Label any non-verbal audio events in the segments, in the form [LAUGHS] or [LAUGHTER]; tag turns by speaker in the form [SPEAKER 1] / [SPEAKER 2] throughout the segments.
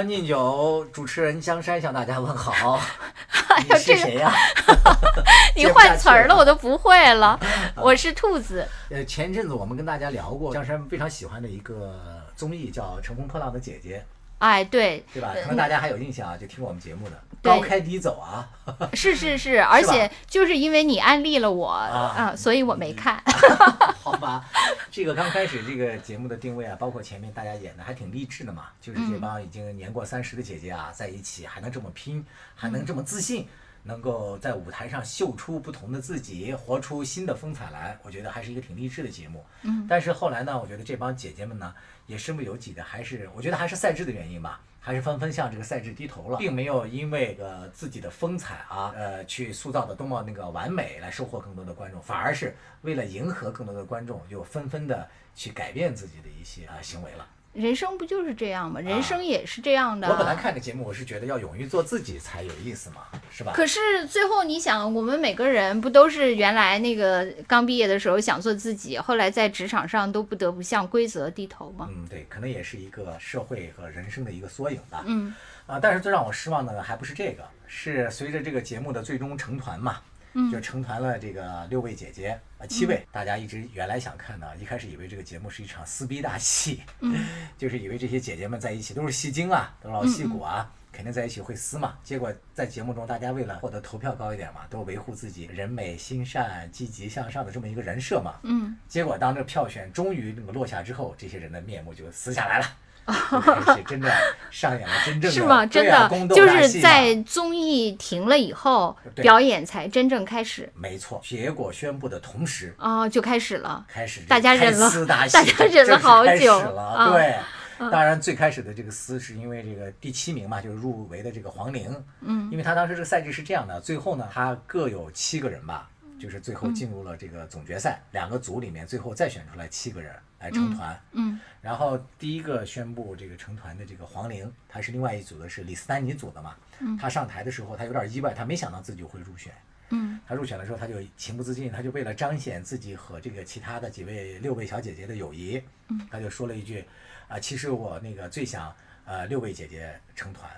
[SPEAKER 1] 将进酒，主持人江山向大家问好。
[SPEAKER 2] [LAUGHS] 哎
[SPEAKER 1] 你
[SPEAKER 2] 呀，
[SPEAKER 1] 是
[SPEAKER 2] 这个
[SPEAKER 1] 谁呀、[LAUGHS]
[SPEAKER 2] 你
[SPEAKER 1] 接不下
[SPEAKER 2] 换
[SPEAKER 1] 去
[SPEAKER 2] 词儿
[SPEAKER 1] 了
[SPEAKER 2] 了，我都不会
[SPEAKER 1] [LAUGHS]
[SPEAKER 2] 了。我是兔子，
[SPEAKER 1] 呃，前阵子我们跟大家聊过江山非常喜欢的一个综艺叫《乘风破浪的姐姐 [LAUGHS]
[SPEAKER 2] 哎，对，》，
[SPEAKER 1] 对吧？可能大家还有印象啊，就听我们节目的
[SPEAKER 2] 对
[SPEAKER 1] 高开低走啊。
[SPEAKER 2] 是是是，而且就是因为你安利了我，
[SPEAKER 1] 啊嗯
[SPEAKER 2] 啊，所以我没看。
[SPEAKER 1] [LAUGHS] 好吧，这个刚开始这个节目的定位啊，包括前面大家演的还挺励志的嘛，就是这帮已经年过三十的姐姐啊，在一起还能这么拼，还能这么自信，能够在舞台上秀出不同的自己，活出新的风采来，我觉得还是一个挺励志的节目。嗯，但是后来呢，我觉得这帮姐姐们呢，也身不由己的，还是我觉得还是赛制的原因吧。还是纷纷向这个赛制低头了，并没有因为呃自己的风采啊，呃去塑造的多么那个完美来收获更多的观众，反而是为了迎合更多的观众，又纷纷的去改变自己的一些啊、呃行为了。
[SPEAKER 2] 人生不就是这样吗？人生也是这样的。
[SPEAKER 1] 啊我本来看这节目，我是觉得要勇于做自己才有意思嘛，是吧？
[SPEAKER 2] 可是最后，你想，我们每个人不都是原来那个刚毕业的时候想做自己，后来在职场上都不得不向规则低头吗？
[SPEAKER 1] 嗯，对，可能也是一个社会和人生的一个缩影吧。
[SPEAKER 2] 嗯，
[SPEAKER 1] 啊，但是最让我失望的还不是这个，是随着这个节目的最终成团嘛，
[SPEAKER 2] 嗯
[SPEAKER 1] 就成团了这个六位姐姐啊七位，大家一直原来想看的，一开始以为这个节目是一场撕逼大戏，
[SPEAKER 2] 嗯
[SPEAKER 1] [LAUGHS] 就是以为这些姐姐们在一起都是戏精啊，都是老戏骨
[SPEAKER 2] 嗯
[SPEAKER 1] 啊。肯定在一起会撕嘛，结果在节目中，大家为了获得投票高一点嘛，都维护自己人美心善、积极向上的这么一个人设嘛。
[SPEAKER 2] 嗯，
[SPEAKER 1] 结果当这个票选终于那个落下之后，这些人的面目就撕下来
[SPEAKER 2] [LAUGHS]
[SPEAKER 1] 了，就开始真的上演了真正的
[SPEAKER 2] 是吗？真
[SPEAKER 1] 对啊
[SPEAKER 2] 的
[SPEAKER 1] 宫斗
[SPEAKER 2] 就
[SPEAKER 1] 大
[SPEAKER 2] 是
[SPEAKER 1] 戏嘛
[SPEAKER 2] 在综艺停了以后，
[SPEAKER 1] 对
[SPEAKER 2] 表演才真正开始
[SPEAKER 1] 没错，结果宣布的同时
[SPEAKER 2] 啊、就开始了。
[SPEAKER 1] 开始这
[SPEAKER 2] 大家
[SPEAKER 1] 开
[SPEAKER 2] 忍了
[SPEAKER 1] 撕大戏
[SPEAKER 2] 大家忍了好
[SPEAKER 1] 正式开始
[SPEAKER 2] 久
[SPEAKER 1] 了，
[SPEAKER 2] 啊
[SPEAKER 1] 对。当然，最开始的这个撕是因为这个第七名嘛，就是入围的这个黄龄，嗯，因为他当时这个赛制是这样的，最后呢，他各有七个人吧，就是最
[SPEAKER 2] 嗯
[SPEAKER 1] 后进入了这个总决赛，两个组里面最后再选出来七个人来成团，
[SPEAKER 2] 嗯，
[SPEAKER 1] 然后第一个宣布这个成团的这个黄龄，她是另外一组的是李斯丹妮组的嘛，她上台的时候她有点意外，她没想到自己会入选，
[SPEAKER 2] 嗯
[SPEAKER 1] 她入选的时候她就情不自禁，她就为了彰显自己和这个其他的几位六位小姐姐的友谊，她就说了一句，啊、其实我那个最想呃六位姐姐成团，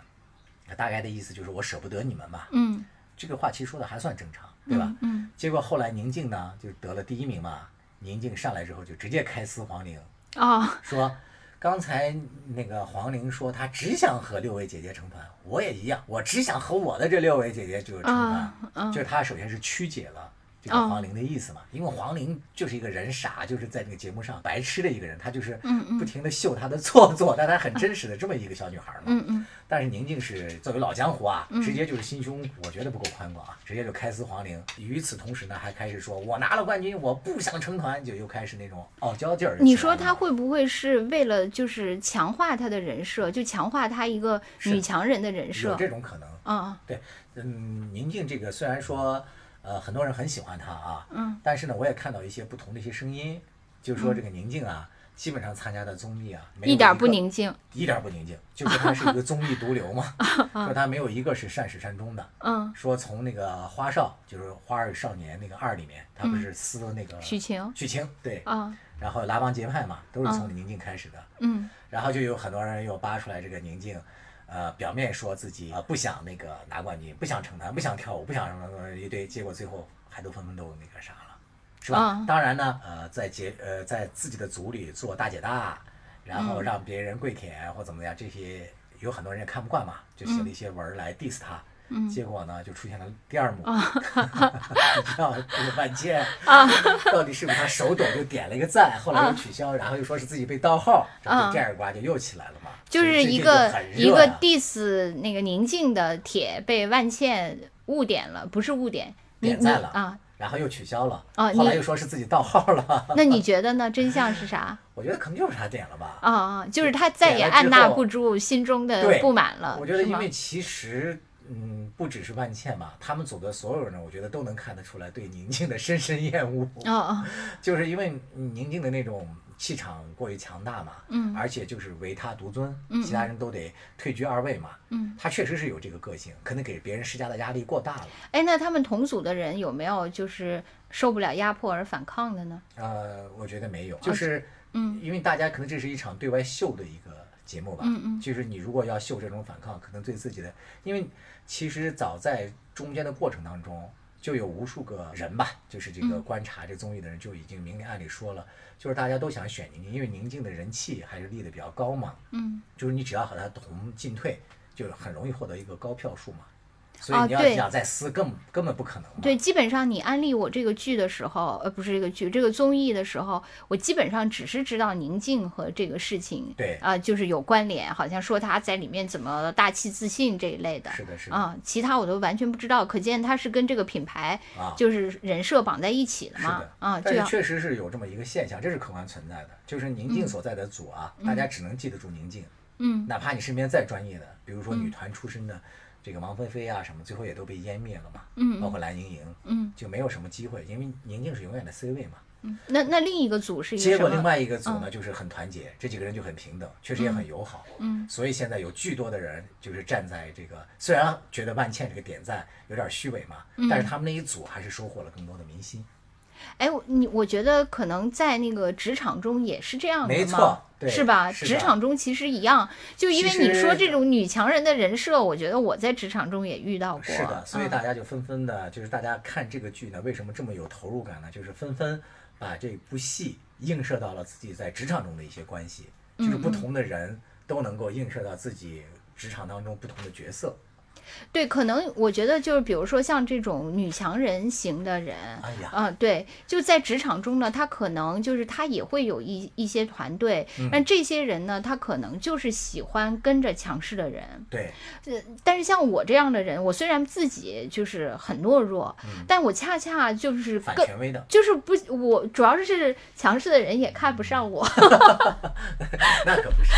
[SPEAKER 1] 啊大概的意思就是我舍不得你们嘛，
[SPEAKER 2] 嗯
[SPEAKER 1] 这个话其实说的还算正常，对吧？
[SPEAKER 2] 嗯，
[SPEAKER 1] 结果后来宁静呢就得了第一名嘛，宁静上来之后就直接开撕黄龄。
[SPEAKER 2] 哦，
[SPEAKER 1] 说，刚才那个黄龄说她只想和六位姐姐成团，我也一样，我只想和我的这六位姐姐就是成团
[SPEAKER 2] 啊，啊
[SPEAKER 1] 就是她首先是曲解了。这个
[SPEAKER 2] 哦
[SPEAKER 1] 黄龄的意思嘛，因为黄龄就是一个人傻，就是在那个节目上白痴的一个人，她就是
[SPEAKER 2] 嗯
[SPEAKER 1] 不停的秀她的做作，但她很真实的这么一个小女孩嘛。
[SPEAKER 2] 嗯嗯
[SPEAKER 1] 但是宁静是作为老江湖啊，直接就是心胸，我觉得不够宽广啊，直接就开撕黄龄。与此同时呢，还开始说我拿了冠军，我不想成团，就又开始那种傲娇劲儿就起来了嘛。
[SPEAKER 2] 你说她会不会是为了就是强化她的人设，就强化她一个
[SPEAKER 1] 是
[SPEAKER 2] 女强人的人
[SPEAKER 1] 有
[SPEAKER 2] 设？
[SPEAKER 1] 这种可能。
[SPEAKER 2] 嗯
[SPEAKER 1] 对，嗯，宁静这个虽然说，呃，很多人很喜欢她啊，嗯，但是呢，我也看到一些不同的一些声音，就说这个宁静啊，基本上参加的综艺啊，没有
[SPEAKER 2] 嗯一点儿
[SPEAKER 1] 个
[SPEAKER 2] 不，宁静。
[SPEAKER 1] 一点儿不宁静，就说她是一个综艺毒瘤
[SPEAKER 2] [LAUGHS]
[SPEAKER 1] 嘛，说她没有一个是善始善终的。
[SPEAKER 2] 嗯，
[SPEAKER 1] 说从那个花少，就是《花儿与少年》那个二里面，她不是撕了那个
[SPEAKER 2] 嗯许晴。
[SPEAKER 1] 许晴对，
[SPEAKER 2] 啊，
[SPEAKER 1] 然后拉帮结派嘛，都是从宁静开始的。
[SPEAKER 2] 嗯
[SPEAKER 1] 然后就有很多人又扒出来这个宁静，呃，表面说自己呃不想那个拿冠军，不想成团，不想跳舞，不想什么什么一堆，结果最后还都纷纷都那个啥了，是吧？
[SPEAKER 2] 嗯
[SPEAKER 1] 当然呢，呃，在节呃在自己的组里做大姐大，然后让别人跪舔或怎么样，这些有很多人也看不惯嘛，就写了一些文儿来 diss 他。
[SPEAKER 2] 嗯
[SPEAKER 1] 结果呢，就出现了第二幕，
[SPEAKER 2] 啊
[SPEAKER 1] [LAUGHS] 你知道这个万茜到底是不是他手抖就点了一个赞，后来又取消，然后又说是自己被盗号，这
[SPEAKER 2] 啊
[SPEAKER 1] 不第二瓜就又起来了嘛。
[SPEAKER 2] 就
[SPEAKER 1] 所以
[SPEAKER 2] 是
[SPEAKER 1] 最
[SPEAKER 2] 一
[SPEAKER 1] 近
[SPEAKER 2] 个
[SPEAKER 1] 很
[SPEAKER 2] 一
[SPEAKER 1] 热
[SPEAKER 2] 个
[SPEAKER 1] 呀
[SPEAKER 2] diss 那个宁静的帖被万茜误点了，不是误点，你
[SPEAKER 1] 点
[SPEAKER 2] 你
[SPEAKER 1] 赞了
[SPEAKER 2] 啊，
[SPEAKER 1] 然后又取消了，
[SPEAKER 2] 哦
[SPEAKER 1] 后来
[SPEAKER 2] 你
[SPEAKER 1] 又说是自己盗号了。 [LAUGHS]
[SPEAKER 2] 那你觉得呢？真相是啥？
[SPEAKER 1] 我觉得可能就是他点了吧。
[SPEAKER 2] 啊啊，就是她再也
[SPEAKER 1] 点了之
[SPEAKER 2] 按捺
[SPEAKER 1] 后
[SPEAKER 2] 不住心中的
[SPEAKER 1] 对
[SPEAKER 2] 不满了，
[SPEAKER 1] 我觉得
[SPEAKER 2] 啊是
[SPEAKER 1] 因
[SPEAKER 2] 吗
[SPEAKER 1] 为其实。嗯，不只是万茜嘛，他们组的所有人，我觉得都能看得出来对宁静的深深厌恶。
[SPEAKER 2] 哦哦，
[SPEAKER 1] 就是因为宁静的那种气场过于强大嘛，
[SPEAKER 2] 嗯
[SPEAKER 1] 而且就是唯他独尊，其他人都得退居二位嘛，
[SPEAKER 2] 嗯，
[SPEAKER 1] 他确实是有这个个性，可能给别人施加的压力过大了，
[SPEAKER 2] 哎，那他们同组的人有没有就是受不了压迫而反抗的呢？啊
[SPEAKER 1] 呃，我觉得没有，就是，嗯，因为大家可能这是一场对外秀的一个节目吧。
[SPEAKER 2] 嗯嗯
[SPEAKER 1] 就是你如果要秀这种反抗，可能对自己的，因为其实早在中间的过程当中，就有无数个人吧，就是这
[SPEAKER 2] 嗯
[SPEAKER 1] 个观察这综艺的人就已经明里暗里说了，就是大家都想选宁静，因为宁静的人气还是立得比较高嘛，
[SPEAKER 2] 嗯，
[SPEAKER 1] 就是你只要和他同进退，就很容易获得一个高票数嘛。所
[SPEAKER 2] 哦
[SPEAKER 1] 以你要
[SPEAKER 2] 对
[SPEAKER 1] 想再撕，更根本不可能嘛。
[SPEAKER 2] 对，基本上你安利我这个剧的时候，呃，不是这个剧，这个综艺的时候，我基本上只是知道宁静和这个事情，
[SPEAKER 1] 对
[SPEAKER 2] 啊、就是有关联，好像说她在里面怎么大气自信这一类的，
[SPEAKER 1] 是的，是的，
[SPEAKER 2] 啊、其他我都完全不知道，可见它是跟这个品牌
[SPEAKER 1] 啊
[SPEAKER 2] 就是人设绑在一起的
[SPEAKER 1] 是
[SPEAKER 2] 嘛
[SPEAKER 1] 的，
[SPEAKER 2] 啊，就
[SPEAKER 1] 但是
[SPEAKER 2] 要
[SPEAKER 1] 确实是有这么一个现象，这是客观存在的，就是宁静所在的组啊，大家只能记得住宁静，
[SPEAKER 2] 嗯，
[SPEAKER 1] 哪怕你身边再专业的，比如说女团出身的这个王菲菲啊什么，最后也都被湮灭了嘛，
[SPEAKER 2] 嗯
[SPEAKER 1] 包括蓝盈莹，
[SPEAKER 2] 嗯，
[SPEAKER 1] 就没有什么机会，因为宁静是永远的 C 位嘛。
[SPEAKER 2] 那那另一个组是一
[SPEAKER 1] 结
[SPEAKER 2] 个
[SPEAKER 1] 果
[SPEAKER 2] 什
[SPEAKER 1] 另
[SPEAKER 2] 么？
[SPEAKER 1] 外一个组呢，就是很团结，这几个人就很平等，确实也很友好。
[SPEAKER 2] 嗯，
[SPEAKER 1] 所以现在有巨多的人就是站在这个，虽然觉得万茜这个点赞有点虚伪嘛，
[SPEAKER 2] 嗯
[SPEAKER 1] 但是他们那一组还是收获了更多的民心。
[SPEAKER 2] 哎，我你我觉得可能在那个职场中也是这样的
[SPEAKER 1] 没
[SPEAKER 2] 嘛
[SPEAKER 1] 错对
[SPEAKER 2] 是吧？
[SPEAKER 1] 是
[SPEAKER 2] 职
[SPEAKER 1] 的
[SPEAKER 2] 场中其实一样，就因为
[SPEAKER 1] 其
[SPEAKER 2] 你
[SPEAKER 1] 实
[SPEAKER 2] 说这种女强人的人设，我觉得我在职场中也遇到过。
[SPEAKER 1] 是的，所以
[SPEAKER 2] 嗯
[SPEAKER 1] 大家就纷纷的，就是大家看这个剧呢，为什么这么有投入感呢？就是纷纷把这部戏映射到了自己在职场中的一些关系，就是不同的人都能够映射到自己职场当中不同的角色
[SPEAKER 2] 对，可能我觉得就是，比如说像这种女强人型的人，
[SPEAKER 1] 哎呀
[SPEAKER 2] 嗯、对，就在职场中呢，她可能就是她也会有一一些团队，
[SPEAKER 1] 嗯
[SPEAKER 2] 但这些人呢，他可能就是喜欢跟着强势的人，
[SPEAKER 1] 对，
[SPEAKER 2] 呃，但是像我这样的人，我虽然自己就是很懦弱，但我恰恰就是
[SPEAKER 1] 嗯反
[SPEAKER 2] 更。
[SPEAKER 1] 权威的，
[SPEAKER 2] 就是不，我主要是强势的人也看
[SPEAKER 1] 嗯
[SPEAKER 2] 不上我， [LAUGHS]
[SPEAKER 1] 那可不是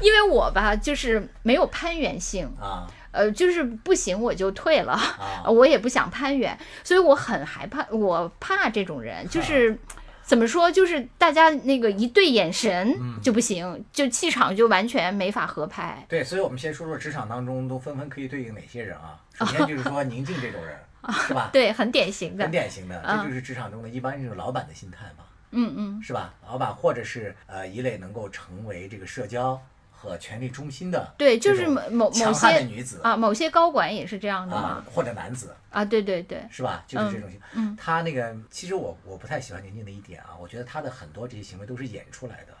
[SPEAKER 2] 因为我吧就是没有攀援性，
[SPEAKER 1] 啊
[SPEAKER 2] 呃，就是不行我就退了，
[SPEAKER 1] 啊！
[SPEAKER 2] 我也不想攀援，所以我很害怕，我怕这种人，
[SPEAKER 1] 哦
[SPEAKER 2] 就是怎么说，就是大家那个一对眼
[SPEAKER 1] 嗯
[SPEAKER 2] 神就不行，就气场就完全没法合拍
[SPEAKER 1] 对，所以我们先说说职场当中都纷纷可以对应哪些人啊？首先就是说宁静这种
[SPEAKER 2] [LAUGHS]
[SPEAKER 1] 人，是吧？
[SPEAKER 2] 对，很典型
[SPEAKER 1] 啊
[SPEAKER 2] 的
[SPEAKER 1] 很，典型的，这就是职场中的一般这种老板的心态嘛。
[SPEAKER 2] 嗯嗯。
[SPEAKER 1] 是吧？老板或者是呃一类能够成为这个社交和权力中心的
[SPEAKER 2] 对，就
[SPEAKER 1] 这
[SPEAKER 2] 是
[SPEAKER 1] 种
[SPEAKER 2] 某某某
[SPEAKER 1] 强悍的
[SPEAKER 2] 些
[SPEAKER 1] 女子
[SPEAKER 2] 啊，嗯某些高管也是这样的嘛
[SPEAKER 1] 啊。或者男子
[SPEAKER 2] 啊，对对对，
[SPEAKER 1] 是吧？就是
[SPEAKER 2] 嗯
[SPEAKER 1] 这种型。他那个其实我我不太喜欢宁静的一点啊，我觉得他的很多这些行为都是演出来的，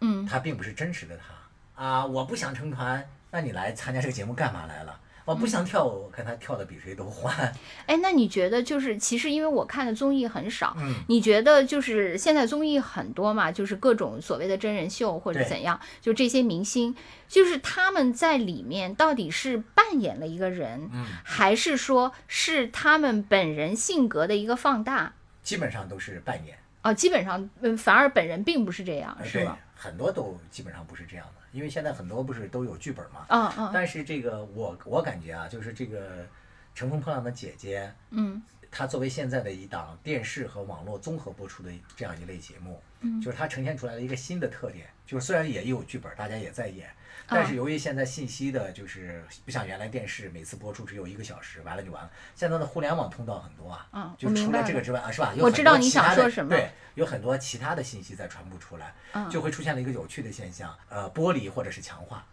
[SPEAKER 2] 嗯，
[SPEAKER 1] 他并不是真实的他啊。我不想成团，那你来参加这个节目干嘛来了？我
[SPEAKER 2] 嗯
[SPEAKER 1] 不想跳舞，看他跳的比谁都欢。
[SPEAKER 2] 哎，那你觉得就是其实因为我看的综艺很少，
[SPEAKER 1] 嗯
[SPEAKER 2] 你觉得就是现在综艺很多嘛，就是各种所谓的真人秀或者
[SPEAKER 1] 对
[SPEAKER 2] 怎样，就这些明星，就是他们在里面到底是扮演了一个人，
[SPEAKER 1] 嗯
[SPEAKER 2] 还是说是他们本人性格的一个放大？
[SPEAKER 1] 基本上都是扮演，
[SPEAKER 2] 哦，基本上，嗯，反而本人并不是这样，
[SPEAKER 1] 呃
[SPEAKER 2] 是
[SPEAKER 1] 对
[SPEAKER 2] 吗？，
[SPEAKER 1] 很多都基本上不是这样的，因为现在很多不是都有剧本嘛，
[SPEAKER 2] 嗯嗯
[SPEAKER 1] 但是这个我我感觉啊，就是这个《乘风破浪的姐姐》，
[SPEAKER 2] 嗯，
[SPEAKER 1] 它作为现在的一档电视和网络综合播出的这样一类节目，嗯，就是它呈现出来的一个新的特点，就是虽然也有剧本，大家也在演，
[SPEAKER 2] 嗯
[SPEAKER 1] 但是由于现在信息的，就是不像原来电视每次播出只有一个小时，完了就完了，现在的互联网通道很多啊，
[SPEAKER 2] 嗯
[SPEAKER 1] 就
[SPEAKER 2] 我明
[SPEAKER 1] 除
[SPEAKER 2] 白
[SPEAKER 1] 了这个之外啊，是吧？有
[SPEAKER 2] 我
[SPEAKER 1] 很
[SPEAKER 2] 知
[SPEAKER 1] 多
[SPEAKER 2] 道你
[SPEAKER 1] 其他
[SPEAKER 2] 想
[SPEAKER 1] 的
[SPEAKER 2] 说什么嗯
[SPEAKER 1] 对，有很多其他的信息在传播出来，就会出现了一个有趣的现象，呃，剥离或者是强化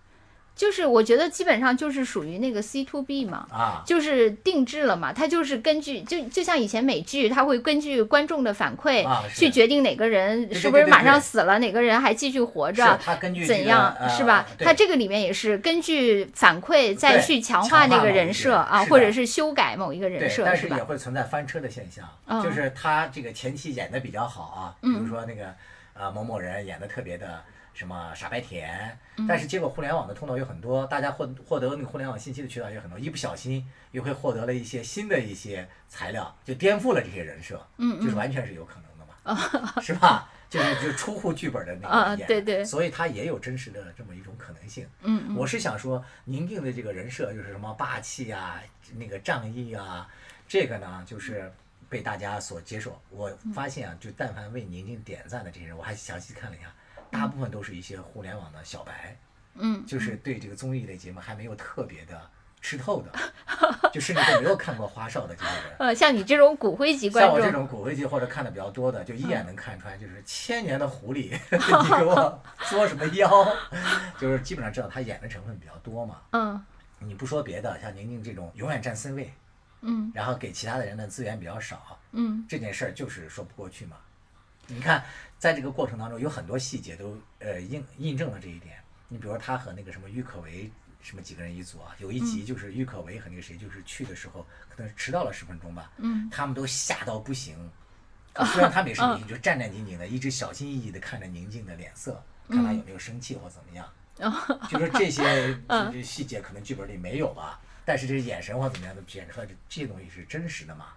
[SPEAKER 2] 就是我觉得基本上就是属于那个 C to B 嘛，
[SPEAKER 1] 啊，
[SPEAKER 2] 就是定制了嘛，它就是根据就就像以前美剧，它会根据观众的反馈
[SPEAKER 1] 啊是
[SPEAKER 2] 去决定哪个人
[SPEAKER 1] 对
[SPEAKER 2] 是不是
[SPEAKER 1] 对对
[SPEAKER 2] 马上
[SPEAKER 1] 对
[SPEAKER 2] 死了，哪个人还继续活
[SPEAKER 1] 是
[SPEAKER 2] 着，
[SPEAKER 1] 它根据这
[SPEAKER 2] 怎
[SPEAKER 1] 个
[SPEAKER 2] 样
[SPEAKER 1] 呃
[SPEAKER 2] 是吧？
[SPEAKER 1] 对
[SPEAKER 2] 它这个里面也是根据反馈再
[SPEAKER 1] 对
[SPEAKER 2] 去强
[SPEAKER 1] 强
[SPEAKER 2] 化
[SPEAKER 1] 化
[SPEAKER 2] 那个
[SPEAKER 1] 某一
[SPEAKER 2] 人
[SPEAKER 1] 个
[SPEAKER 2] 设啊，
[SPEAKER 1] 是的
[SPEAKER 2] 或者是修改某一个人
[SPEAKER 1] 对，
[SPEAKER 2] 设
[SPEAKER 1] 但
[SPEAKER 2] 是
[SPEAKER 1] 是
[SPEAKER 2] 吧
[SPEAKER 1] 也？会存在翻车的现象，
[SPEAKER 2] 嗯
[SPEAKER 1] 就是他这个前期演的比较好啊，比如说那个呃某某人演的特别的什么傻白甜，
[SPEAKER 2] 嗯
[SPEAKER 1] 但是结果互联网的通道有很多，大家获获得那个互联网信息的渠道有很多，一不小心又会获得了一些新的一些材料，就颠覆了这些人设，嗯，就是完全是有可能的嘛， [LAUGHS] 是吧？就是就出乎剧本的那
[SPEAKER 2] 啊
[SPEAKER 1] 个演，
[SPEAKER 2] 对对
[SPEAKER 1] 所以他也有真实的这么一种可能性。嗯，我是想说，宁静的这个人设就是什么霸气啊，那个仗义啊，这个呢就是被大家所接受。我发现啊，就但凡为宁静点赞的这些人，我还详细看了一下，大部分都是一些互联网的小白，
[SPEAKER 2] 嗯，
[SPEAKER 1] 就是对这个综艺类节目还没有特别的吃透的， [LAUGHS] 就甚至都没有看过花少的这些人。
[SPEAKER 2] 呃，像你这种骨灰级观
[SPEAKER 1] 像我
[SPEAKER 2] 众，嗯
[SPEAKER 1] 这种骨灰级或者看的比较多的，就一眼能看出来，就是千年的狐狸， [LAUGHS] 你给我作什么妖， [LAUGHS] 就是基本上知道他演的成分比较多嘛。
[SPEAKER 2] 嗯
[SPEAKER 1] 你不说别的，像宁宁这种永远占三位，
[SPEAKER 2] 嗯
[SPEAKER 1] 然后给其他的人的资源比较少，
[SPEAKER 2] 嗯
[SPEAKER 1] 这件事儿就是说不过去嘛。你看，在这个过程当中，有很多细节都呃印印证了这一点。你比如他和那个什么郁可唯什么几个人一组啊，有一
[SPEAKER 2] 嗯
[SPEAKER 1] 集就是郁可唯和那个谁，就是去的时候可能迟到了十分钟吧，
[SPEAKER 2] 嗯
[SPEAKER 1] 他们都吓到不行。就虽然他们也是女性，就战战兢兢的，一直小心翼翼的看着宁静的脸色，看她有没有生气或怎么样。就说这些这这细节可能剧本里没有吧，但是这眼神或怎么样的显出来，这这些东西是真实的嘛。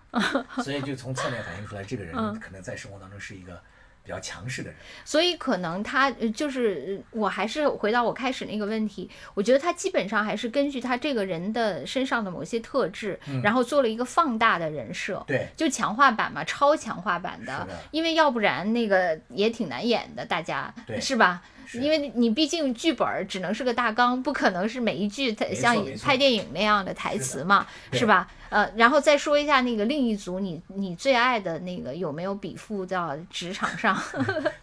[SPEAKER 1] 所以就从侧面反映出来，这个人可能在生活当中是一个比较强势的人。
[SPEAKER 2] 所以可能他呃就是，呃我还是回到我开始那个问题，我觉得他基本上还是根据他这个人的身上的某些特质，然后做了一个放大的人设，
[SPEAKER 1] 嗯对，
[SPEAKER 2] 就强化版嘛，超强化版的
[SPEAKER 1] 是的，
[SPEAKER 2] 因为要不然那个也挺难演的，大家
[SPEAKER 1] 对
[SPEAKER 2] 是吧？
[SPEAKER 1] 是
[SPEAKER 2] 因为你毕竟剧本儿只能是个大纲，不可能是每一句它
[SPEAKER 1] 没错
[SPEAKER 2] 像
[SPEAKER 1] 没错
[SPEAKER 2] 拍电影那样的台词嘛，
[SPEAKER 1] 对
[SPEAKER 2] 是吧？呃，然后再说一下那个另一组，你你最爱的那个有没有比附到职场上？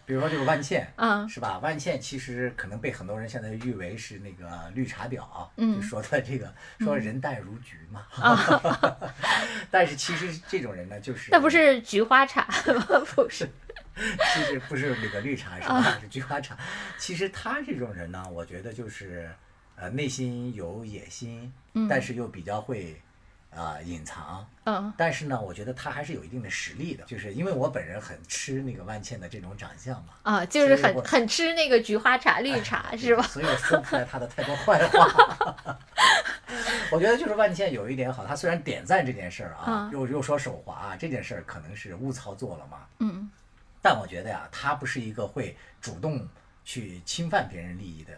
[SPEAKER 1] 比如说这个万茜，
[SPEAKER 2] 嗯
[SPEAKER 1] 是吧？万茜其实可能被很多人现在誉为是那个绿茶婊，
[SPEAKER 2] 嗯
[SPEAKER 1] 就说的这个说人淡如菊嘛。 [LAUGHS] 但是其实这种人呢，就是
[SPEAKER 2] 那啊不是菊花茶吗？ [LAUGHS] 不是，
[SPEAKER 1] 其实不是那个绿茶是
[SPEAKER 2] 啊
[SPEAKER 1] 吧？是菊花茶。其实他这种人呢，我觉得就是呃内心有野心，但是又比较会啊、呃隐藏。
[SPEAKER 2] 嗯
[SPEAKER 1] 但是呢，我觉得他还是有一定的实力的，就是因为我本人很吃那个万茜的这种长相嘛，
[SPEAKER 2] 啊，就是
[SPEAKER 1] 所以
[SPEAKER 2] 很
[SPEAKER 1] 我哎
[SPEAKER 2] 很吃那个菊花茶、绿茶是吧？
[SPEAKER 1] [LAUGHS] 所以我说不出来他的太多坏话。 [LAUGHS] 我觉得就是万茜有一点好，他虽然点赞这件事儿啊，
[SPEAKER 2] 嗯
[SPEAKER 1] 又又说手滑、啊这件事儿可能是误操作了嘛，
[SPEAKER 2] 嗯
[SPEAKER 1] 但我觉得呀、他不是一个会主动去侵犯别人利益的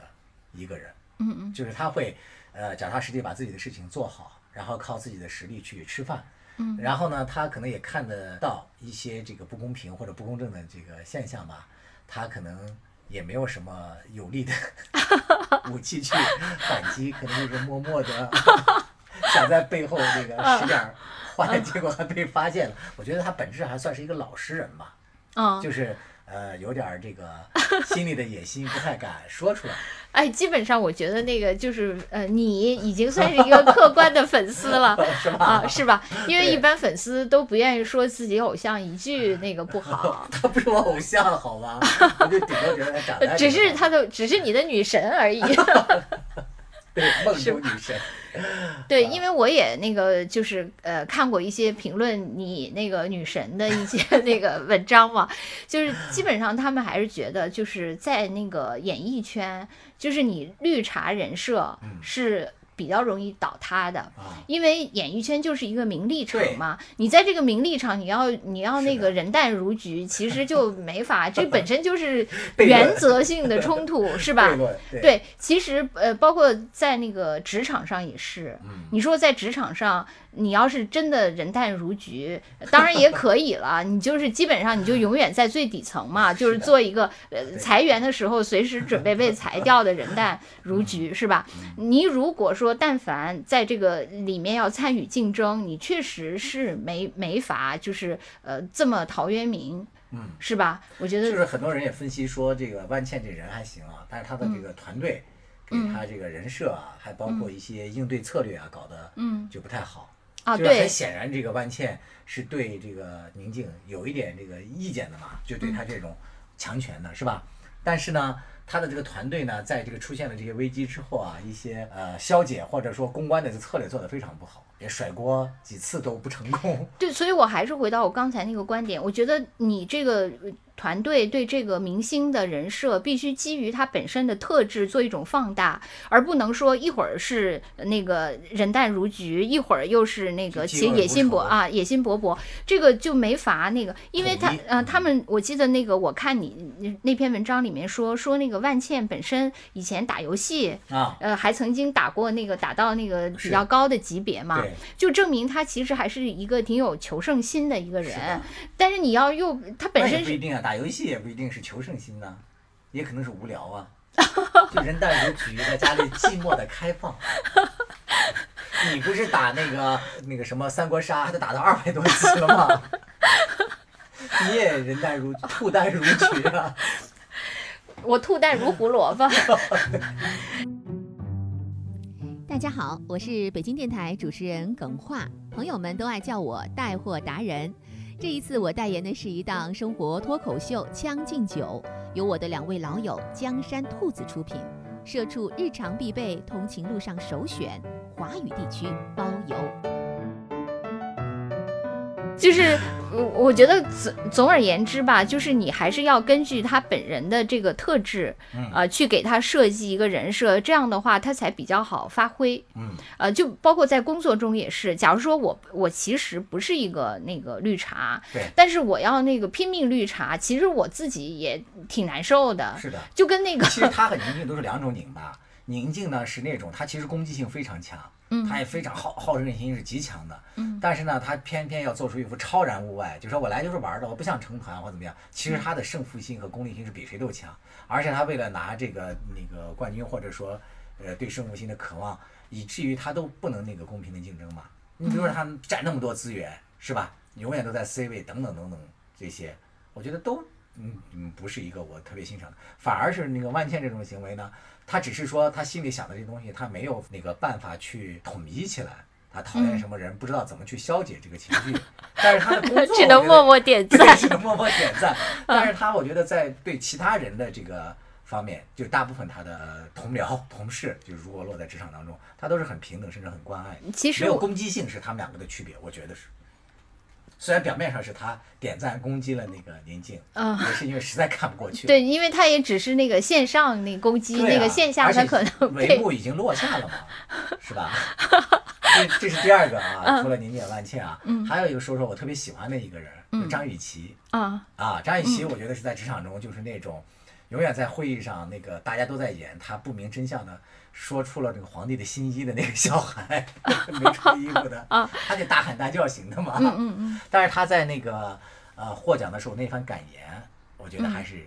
[SPEAKER 1] 一个人，
[SPEAKER 2] 嗯嗯
[SPEAKER 1] 就是他会呃脚踏实地把自己的事情做好，然后靠自己的实力去吃饭。
[SPEAKER 2] 嗯，
[SPEAKER 1] 然后呢，他可能也看得到一些这个不公平或者不公正的这个现象吧，他可能也没有什么有力的武器去反击，可能就是默默的想在背后这个使点儿坏，结果还被发现了。我觉得他本质还算是一个老实人吧。
[SPEAKER 2] 嗯，
[SPEAKER 1] 就是呃有点儿这个心里的野心不太敢说出来。 [LAUGHS]
[SPEAKER 2] 哎，基本上我觉得那个就是呃，你已经算是一个客观的粉丝了，
[SPEAKER 1] [LAUGHS]
[SPEAKER 2] 是吧？啊，是吧？因为一
[SPEAKER 1] 对
[SPEAKER 2] 般粉丝都不愿意说自己偶像一句那个
[SPEAKER 1] [LAUGHS]，
[SPEAKER 2] 不好
[SPEAKER 1] 他不是我偶像，好吗？ [LAUGHS] 我就顶多觉得他长得还
[SPEAKER 2] 呃只
[SPEAKER 1] 挺
[SPEAKER 2] 是
[SPEAKER 1] 好
[SPEAKER 2] 他的，只是你的女神而已。
[SPEAKER 1] 对梦
[SPEAKER 2] 是
[SPEAKER 1] 中女神，
[SPEAKER 2] 对，因为我也那个就是呃看过一些评论你那个女神的
[SPEAKER 1] [LAUGHS]
[SPEAKER 2] 一些那个文章嘛，就是基本上他们还是觉得就是在那个演艺圈，就是你绿茶人设
[SPEAKER 1] 嗯
[SPEAKER 2] 是比较容易倒塌的。
[SPEAKER 1] 啊
[SPEAKER 2] 因为演艺圈就是一个名利场
[SPEAKER 1] 对
[SPEAKER 2] 嘛，你在这个名利场，你要你要
[SPEAKER 1] 是
[SPEAKER 2] 那
[SPEAKER 1] 的
[SPEAKER 2] 个人淡如菊，其实就
[SPEAKER 1] [LAUGHS]
[SPEAKER 2] 没法，这本身就是
[SPEAKER 1] 悖论
[SPEAKER 2] 原则性的冲突，是吧？
[SPEAKER 1] [LAUGHS] 对论对
[SPEAKER 2] 对，其实呃，包括在那个职场上也是。
[SPEAKER 1] 嗯
[SPEAKER 2] 你说在职场上，你要是真的人淡如菊，当然也可以了。 [LAUGHS] 你就是基本上你就永远在最底层嘛，就
[SPEAKER 1] [LAUGHS]
[SPEAKER 2] 是
[SPEAKER 1] 是的
[SPEAKER 2] 做一个呃
[SPEAKER 1] 对
[SPEAKER 2] 裁员的时候随时准备被裁掉的人淡如菊，是吧？
[SPEAKER 1] 嗯
[SPEAKER 2] 你如果说但凡在这个里面要参与竞争，你确实是没没法就是呃这么陶渊明，
[SPEAKER 1] 嗯，
[SPEAKER 2] 是吧？我觉
[SPEAKER 1] 就
[SPEAKER 2] 得
[SPEAKER 1] 是很多人也分析说，这个万茜这人还行啊，但是他的这
[SPEAKER 2] 嗯
[SPEAKER 1] 个团队给他这个人设啊，还包括一些应对策略啊，搞得
[SPEAKER 2] 嗯
[SPEAKER 1] 就不太好。
[SPEAKER 2] 啊，
[SPEAKER 1] 就是
[SPEAKER 2] 对
[SPEAKER 1] 很，显然，这个万茜是对这个宁静有一点这个意见的嘛，就对她这种强权的是吧？但是呢，她的这个团队呢，在这个出现了这些危机之后啊，一些呃消解或者说公关的这策略做得非常不好，也甩锅几次都不成功。
[SPEAKER 2] 对，所以我还是回到我刚才那个观点，我觉得你这个呃团队对这个明星的人设必须基于他本身的特质做一种放大，而不能说一会儿是呃那个人淡如菊，一会儿又是那个
[SPEAKER 1] 就
[SPEAKER 2] 且
[SPEAKER 1] 泾渭
[SPEAKER 2] 野
[SPEAKER 1] 不
[SPEAKER 2] 心
[SPEAKER 1] 仇
[SPEAKER 2] 勃啊野心勃勃，这个就没法那个，因为
[SPEAKER 1] 统
[SPEAKER 2] 他
[SPEAKER 1] 一
[SPEAKER 2] 呃他们我记得那个我看你你那篇文章里面说说那个万茜本身以前打游戏。 [LAUGHS]
[SPEAKER 1] 啊，
[SPEAKER 2] 呃，还曾经打过那个打到那个比
[SPEAKER 1] 是
[SPEAKER 2] 较高的级别嘛，
[SPEAKER 1] 对，
[SPEAKER 2] 就证明他其实还是一个挺有求胜心的一个
[SPEAKER 1] 是
[SPEAKER 2] 人
[SPEAKER 1] 的。
[SPEAKER 2] 但是你要又他本
[SPEAKER 1] 那也
[SPEAKER 2] 身
[SPEAKER 1] 不
[SPEAKER 2] 是
[SPEAKER 1] 一定啊，打游戏也不一定是求胜心呐、也可能是无聊
[SPEAKER 2] [LAUGHS]
[SPEAKER 1] 啊，就人淡如菊，在家里寂寞的开放。你不是打那个那个什么三国杀，都打到二百多级了吗？ [LAUGHS] 你也人淡如兔淡如菊啊！ [LAUGHS]
[SPEAKER 2] 我兔蛋如胡萝卜。 [LAUGHS]
[SPEAKER 3] 大家好，我是北京电台主持人耿化，朋友们都爱叫我带货达人。这一次我代言的是一档生活脱口秀《将进酒》，由我的两位老友江山兔子出品，社畜日常必备，通勤路上首选，华语地区包邮。
[SPEAKER 2] 就是我我觉得总总而言之吧，就是你还是要根据他本人的这个特质，
[SPEAKER 1] 嗯
[SPEAKER 2] 啊、去给他设计一个人设，这样的话他才比较好发挥。
[SPEAKER 1] 嗯，
[SPEAKER 2] 呃，就包括在工作中也是，假如说我我其实不是一个那个绿茶，
[SPEAKER 1] 对
[SPEAKER 2] 但是我要那个拼命绿茶，其实我自己也挺难受的，
[SPEAKER 1] 是的。
[SPEAKER 2] 就跟那个
[SPEAKER 1] 其实他和宁静都是两种拧巴。宁静呢是那种，他其实攻击性非常强，
[SPEAKER 2] 嗯
[SPEAKER 1] 他也非常好好胜心是极强的，
[SPEAKER 2] 嗯
[SPEAKER 1] 但是呢，他偏偏要做出一副超然物外，就说我来就是玩的，我不想成团或怎么样。其
[SPEAKER 2] 嗯
[SPEAKER 1] 实他的胜负心和功利心是比谁都强，而且他为了拿这个那个冠军或者说呃对胜负心的渴望，以至于他都不能那个公平的竞争嘛。你比如说
[SPEAKER 2] 嗯
[SPEAKER 1] 他占那么多资源是吧？永远都在 C 位等等等等这些，我觉得都嗯嗯不是一个我特别欣赏的，反而是那个万茜这种行为呢，他只是说他心里想的这东西，他没有那个办法去统一起来。他讨
[SPEAKER 2] 嗯
[SPEAKER 1] 厌什么人，不知道怎么去消解这个情绪，但是他的工作
[SPEAKER 2] [LAUGHS] 只能默
[SPEAKER 1] 默
[SPEAKER 2] 默点
[SPEAKER 1] 对，
[SPEAKER 2] 赞。
[SPEAKER 1] 只能默默点赞。
[SPEAKER 2] 嗯
[SPEAKER 1] 但是他我觉得在对其他人的这个方面，就大部分他的呃同僚、同事，就是如果落在职场当中，他都是很平等，甚至很关爱的。
[SPEAKER 2] [LAUGHS] 其实
[SPEAKER 1] 没有
[SPEAKER 2] 我
[SPEAKER 1] 攻击性是他们两个的区别，我觉得是。虽然表面上是他点赞攻击了那个宁静，
[SPEAKER 2] 嗯
[SPEAKER 1] 也是因为实在看不过去。啊
[SPEAKER 2] 对，因为他也只是那个线上那攻击，
[SPEAKER 1] 对啊，
[SPEAKER 2] 那个线下
[SPEAKER 1] 而
[SPEAKER 2] 他
[SPEAKER 1] 且
[SPEAKER 2] 可能
[SPEAKER 1] 帷
[SPEAKER 2] 被
[SPEAKER 1] 幕已经落下
[SPEAKER 2] [LAUGHS]
[SPEAKER 1] 了嘛，是吧？这这是第二个啊，
[SPEAKER 2] 嗯
[SPEAKER 1] 除了宁姐万茜啊，还有一个说说我特别喜欢的一个人，
[SPEAKER 2] 嗯
[SPEAKER 1] 就张雨绮
[SPEAKER 2] 啊，
[SPEAKER 1] 啊。张雨绮，我觉得是在职场中就是那种永远在会议上那个大家都在演，她不明真相的说出了这个皇帝的新衣的那个小孩， [LAUGHS] 没穿衣服的，她得大喊大叫型的嘛。
[SPEAKER 2] 嗯嗯嗯，
[SPEAKER 1] [LAUGHS] 但是他在那个呃获奖的时候那番感言，我觉得还是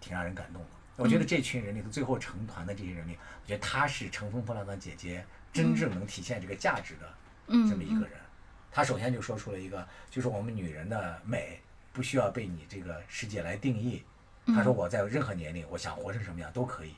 [SPEAKER 1] 挺让人感动的。我觉得这群人里头最后成团的这些人里，我觉得她是《乘风破浪的姐姐》真正能体现这个价值的
[SPEAKER 2] 嗯
[SPEAKER 1] 这么一个人。她首先就说出了一个，就是我们女人的美不需要被你这个世界来定义。她说我在任何年龄，我想活成什么样都可以。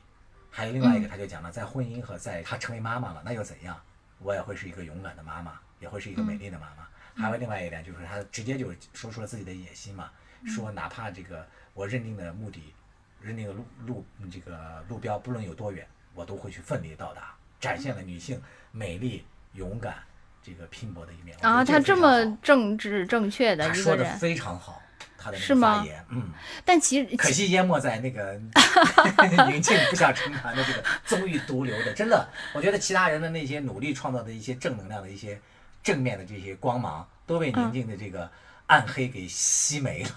[SPEAKER 1] 还有另外一个，她就讲了，在婚姻和在她成为妈妈了，那又怎样？我也会是一个勇敢的妈妈，也会是一个美丽的妈妈。
[SPEAKER 2] 嗯
[SPEAKER 1] 还有另外一点就是，她直接就说出了自己的野心嘛，
[SPEAKER 2] 嗯
[SPEAKER 1] 说哪怕这个我认定的目的，认定的路路嗯这个路标不论有多远，我都会去奋力到达，展现了女性美丽、勇敢、这个拼搏的一面。我觉得
[SPEAKER 2] 啊，
[SPEAKER 1] 这
[SPEAKER 2] 他
[SPEAKER 1] 个
[SPEAKER 2] 这
[SPEAKER 1] 非常
[SPEAKER 2] 么
[SPEAKER 1] 好
[SPEAKER 2] 政治正确的
[SPEAKER 1] 她
[SPEAKER 2] 一
[SPEAKER 1] 说
[SPEAKER 2] 个
[SPEAKER 1] 的
[SPEAKER 2] 人，
[SPEAKER 1] 非常好，她的那
[SPEAKER 2] 是
[SPEAKER 1] 个
[SPEAKER 2] 吗
[SPEAKER 1] 发言，嗯，
[SPEAKER 2] 但其实
[SPEAKER 1] 可惜淹没在那
[SPEAKER 2] [LAUGHS]
[SPEAKER 1] 个 [LAUGHS] 宁静不想成团的这个邹玉毒瘤的，真的，我觉得其他人的那些努力创造的一些正能量的一些正面的这些光芒，都被
[SPEAKER 2] 嗯
[SPEAKER 1] 宁静的这个暗黑给吸没
[SPEAKER 2] [LAUGHS]
[SPEAKER 1] 了。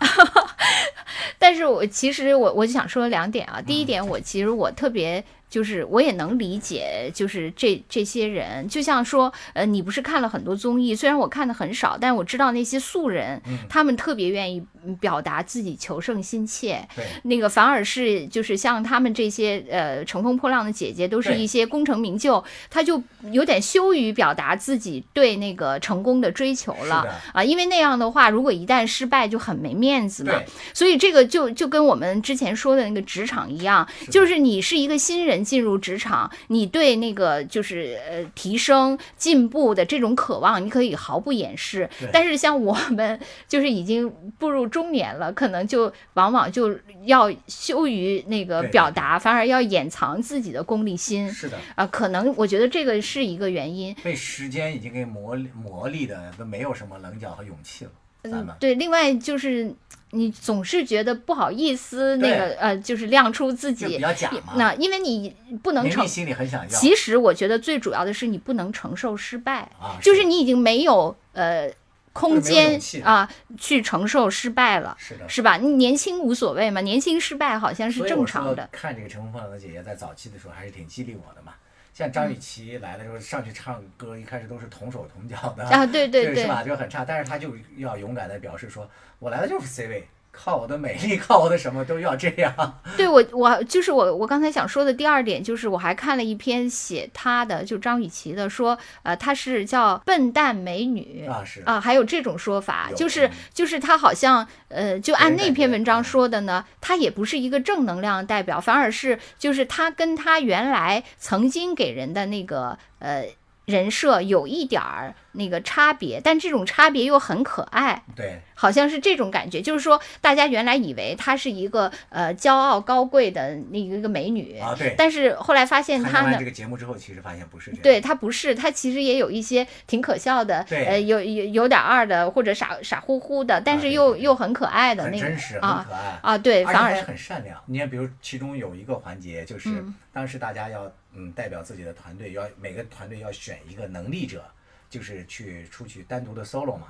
[SPEAKER 2] 但是我其实我我就想说两点啊。第
[SPEAKER 1] 嗯
[SPEAKER 2] 一点，我其实我特别就是我也能理解，就是这这些人，就像说，呃，你不是看了很多综艺，虽然我看的很少，但我知道那些素人，
[SPEAKER 1] 嗯
[SPEAKER 2] 他们特别愿意嗯表达自己求胜心切。
[SPEAKER 1] 对，
[SPEAKER 2] 那个反而是就是像他们这些呃乘风破浪的姐姐，都是
[SPEAKER 1] 对
[SPEAKER 2] 一些功成名就，她就有点羞于表达自己对那个成功的追求
[SPEAKER 1] 是
[SPEAKER 2] 了
[SPEAKER 1] 的
[SPEAKER 2] 啊，因为那样的话，如果一旦失败就很没面子嘛。
[SPEAKER 1] 对，
[SPEAKER 2] 所以这个就就跟我们之前说的那个职场一样，
[SPEAKER 1] 的
[SPEAKER 2] 就是你是一个新人进入职场，你对那个就是呃提升进步的这种渴望，你可以毫不掩饰
[SPEAKER 1] 对。
[SPEAKER 2] 但是像我们就是已经步入中年了，可能就往往就要羞于那个
[SPEAKER 1] 对
[SPEAKER 2] 表达，反而要掩藏自己的功利心
[SPEAKER 1] 是的，
[SPEAKER 2] 啊、可能我觉得这个是一个原因。
[SPEAKER 1] 被时间已经给磨磨砺的都没有什么棱角和勇气了，
[SPEAKER 2] 嗯
[SPEAKER 1] 咱们。
[SPEAKER 2] 对，另外就是你总是觉得不好意思，那
[SPEAKER 1] 对
[SPEAKER 2] 个呃，就是亮出自
[SPEAKER 1] 就
[SPEAKER 2] 己
[SPEAKER 1] 比较假嘛
[SPEAKER 2] 那因为你不能
[SPEAKER 1] 明
[SPEAKER 2] 承
[SPEAKER 1] 明，心里很想要，
[SPEAKER 2] 其实我觉得最主要的是你不能承受失败，
[SPEAKER 1] 啊
[SPEAKER 2] 就是是你已经没有呃空
[SPEAKER 1] 就是没有
[SPEAKER 2] 间
[SPEAKER 1] 勇气了
[SPEAKER 2] 啊、去承受失败了。
[SPEAKER 1] 是的，
[SPEAKER 2] 是吧？你年轻无所谓嘛，年轻失败好像是
[SPEAKER 1] 嗯所以
[SPEAKER 2] 正
[SPEAKER 1] 我说
[SPEAKER 2] 常的。
[SPEAKER 1] 看这个《乘风破浪的姐姐》在早期的时候还是挺激励我的嘛。像张
[SPEAKER 2] 嗯
[SPEAKER 1] 雨绮来了之后上去唱歌，一开始都是同手同脚的
[SPEAKER 2] 啊对对
[SPEAKER 1] 就是
[SPEAKER 2] 对
[SPEAKER 1] 是吧？就很差，但是她就要勇敢的表示说，我来的就是 C 位，靠我的美丽，靠我的什么都要这样。
[SPEAKER 2] 对我，我就是我，我刚才想说的第二点就是，我还看了一篇写她的，就张雨绮的，说，呃，她是叫笨蛋美女
[SPEAKER 1] 啊是
[SPEAKER 2] 啊、还有这种说法，
[SPEAKER 1] 有
[SPEAKER 2] 就是
[SPEAKER 1] 嗯
[SPEAKER 2] 就是她好像，呃，就
[SPEAKER 1] 人感
[SPEAKER 2] 按那篇
[SPEAKER 1] 觉
[SPEAKER 2] 文章
[SPEAKER 1] 嗯
[SPEAKER 2] 说的呢，她也不是一个正能量代表，反而是就是她跟她原来曾经给人的那个呃人设有一点儿那个差别，但这种差别又很可爱，
[SPEAKER 1] 对，
[SPEAKER 2] 好像是这种感觉，就是说大家原来以为她是一个呃骄傲高贵的那一个美女，
[SPEAKER 1] 啊对。
[SPEAKER 2] 但是后来发现
[SPEAKER 1] 参加
[SPEAKER 2] 她
[SPEAKER 1] 完
[SPEAKER 2] 呢
[SPEAKER 1] 这。个节目之后，其实发现不是这样。
[SPEAKER 2] 对她不是，她其实也有一些挺可笑的，
[SPEAKER 1] 对
[SPEAKER 2] 呃，有有有点二的，或者傻傻乎乎的，但
[SPEAKER 1] 啊
[SPEAKER 2] 是
[SPEAKER 1] 对
[SPEAKER 2] 又
[SPEAKER 1] 对对
[SPEAKER 2] 又很可爱的
[SPEAKER 1] 很
[SPEAKER 2] 那
[SPEAKER 1] 真
[SPEAKER 2] 个
[SPEAKER 1] 实，很
[SPEAKER 2] 啊
[SPEAKER 1] 可爱。
[SPEAKER 2] 啊，对，
[SPEAKER 1] 而
[SPEAKER 2] 反
[SPEAKER 1] 且他
[SPEAKER 2] 而
[SPEAKER 1] 也
[SPEAKER 2] 是
[SPEAKER 1] 很善良。你看，比如其中有一个环节，就是
[SPEAKER 2] 嗯
[SPEAKER 1] 当时大家要嗯代表自己的团队，要每个团队要选一个能力者，就是去出去单独的 solo 嘛。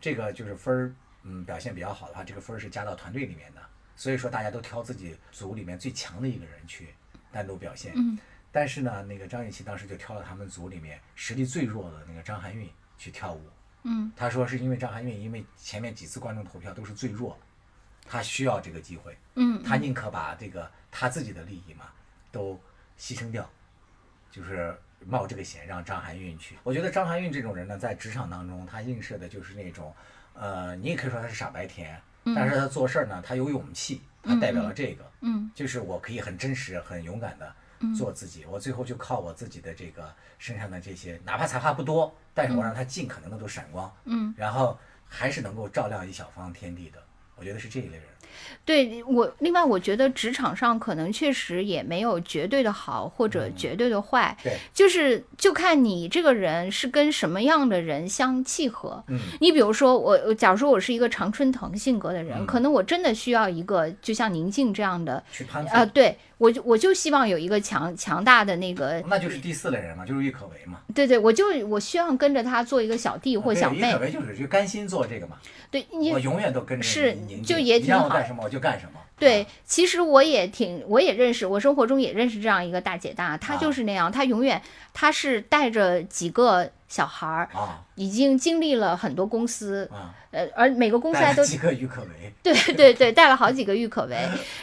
[SPEAKER 1] 这个就是分儿，嗯，表现比较好的话，这个分儿是加到团队里面的。所以说大家都挑自己组里面最强的一个人去单独表现。
[SPEAKER 2] 嗯
[SPEAKER 1] 但是呢，那个张雨绮当时就挑了他们组里面实力最弱的那个张含韵去跳舞。
[SPEAKER 2] 嗯，
[SPEAKER 1] 她说是因为张含韵因为前面几次观众投票都是最弱，她需要这个机会。
[SPEAKER 2] 嗯
[SPEAKER 1] 他宁可把这个他自己的利益嘛都牺牲掉，就是冒这个险让张含韵去。我觉得张含韵这种人呢，在职场当中，他映射的就是那种，呃，你也可以说他是傻白甜，但是他做事儿呢，他有勇气，他代表了这个，
[SPEAKER 2] 嗯
[SPEAKER 1] 就是我可以很真实、很勇敢的做自己，我最后就靠我自己的这个身上的这些，哪怕才华不多，但是我让他尽可能的都闪光，
[SPEAKER 2] 嗯，
[SPEAKER 1] 然后还是能够照亮一小方天地的。我觉得是这一类人。
[SPEAKER 2] 对我，另外我觉得职场上可能确实也没有绝对的好或者
[SPEAKER 1] 嗯
[SPEAKER 2] 绝对的坏，
[SPEAKER 1] 对
[SPEAKER 2] 就是就看你这个人是跟什么样的人相契合。
[SPEAKER 1] 嗯，
[SPEAKER 2] 你比如说我，我假如说我是一个常春藤性格的人，
[SPEAKER 1] 嗯
[SPEAKER 2] 可能我真的需要一个就像宁静这样的，
[SPEAKER 1] 去攀附
[SPEAKER 2] 呃，对我就我就希望有一个强强大的那个，
[SPEAKER 1] 那就是第四类人嘛，就是郁可唯嘛。啊
[SPEAKER 2] 对对，我就我希望跟着他做一个小弟或
[SPEAKER 1] 对
[SPEAKER 2] 小
[SPEAKER 1] 郁
[SPEAKER 2] 妹
[SPEAKER 1] 可，唯就是就甘心做这个嘛，
[SPEAKER 2] 对你
[SPEAKER 1] 我永远都跟着
[SPEAKER 2] 是
[SPEAKER 1] 你宁
[SPEAKER 2] 就
[SPEAKER 1] 静
[SPEAKER 2] 也
[SPEAKER 1] 你
[SPEAKER 2] 挺
[SPEAKER 1] 让我
[SPEAKER 2] 好
[SPEAKER 1] 干什么我就干什么。
[SPEAKER 2] 对
[SPEAKER 1] 啊，，
[SPEAKER 2] 其实我也挺，我也认识，我生活中也认识这样一个大姐大，她
[SPEAKER 1] 啊
[SPEAKER 2] 就是那样，她永远，她是带着几个小孩儿，
[SPEAKER 1] 啊
[SPEAKER 2] 已经经历了很多公司，
[SPEAKER 1] 啊，
[SPEAKER 2] 呃，而每个公司还
[SPEAKER 1] 带
[SPEAKER 2] 都
[SPEAKER 1] 了几个郁可唯，
[SPEAKER 2] 对对对，带了好几个郁可唯，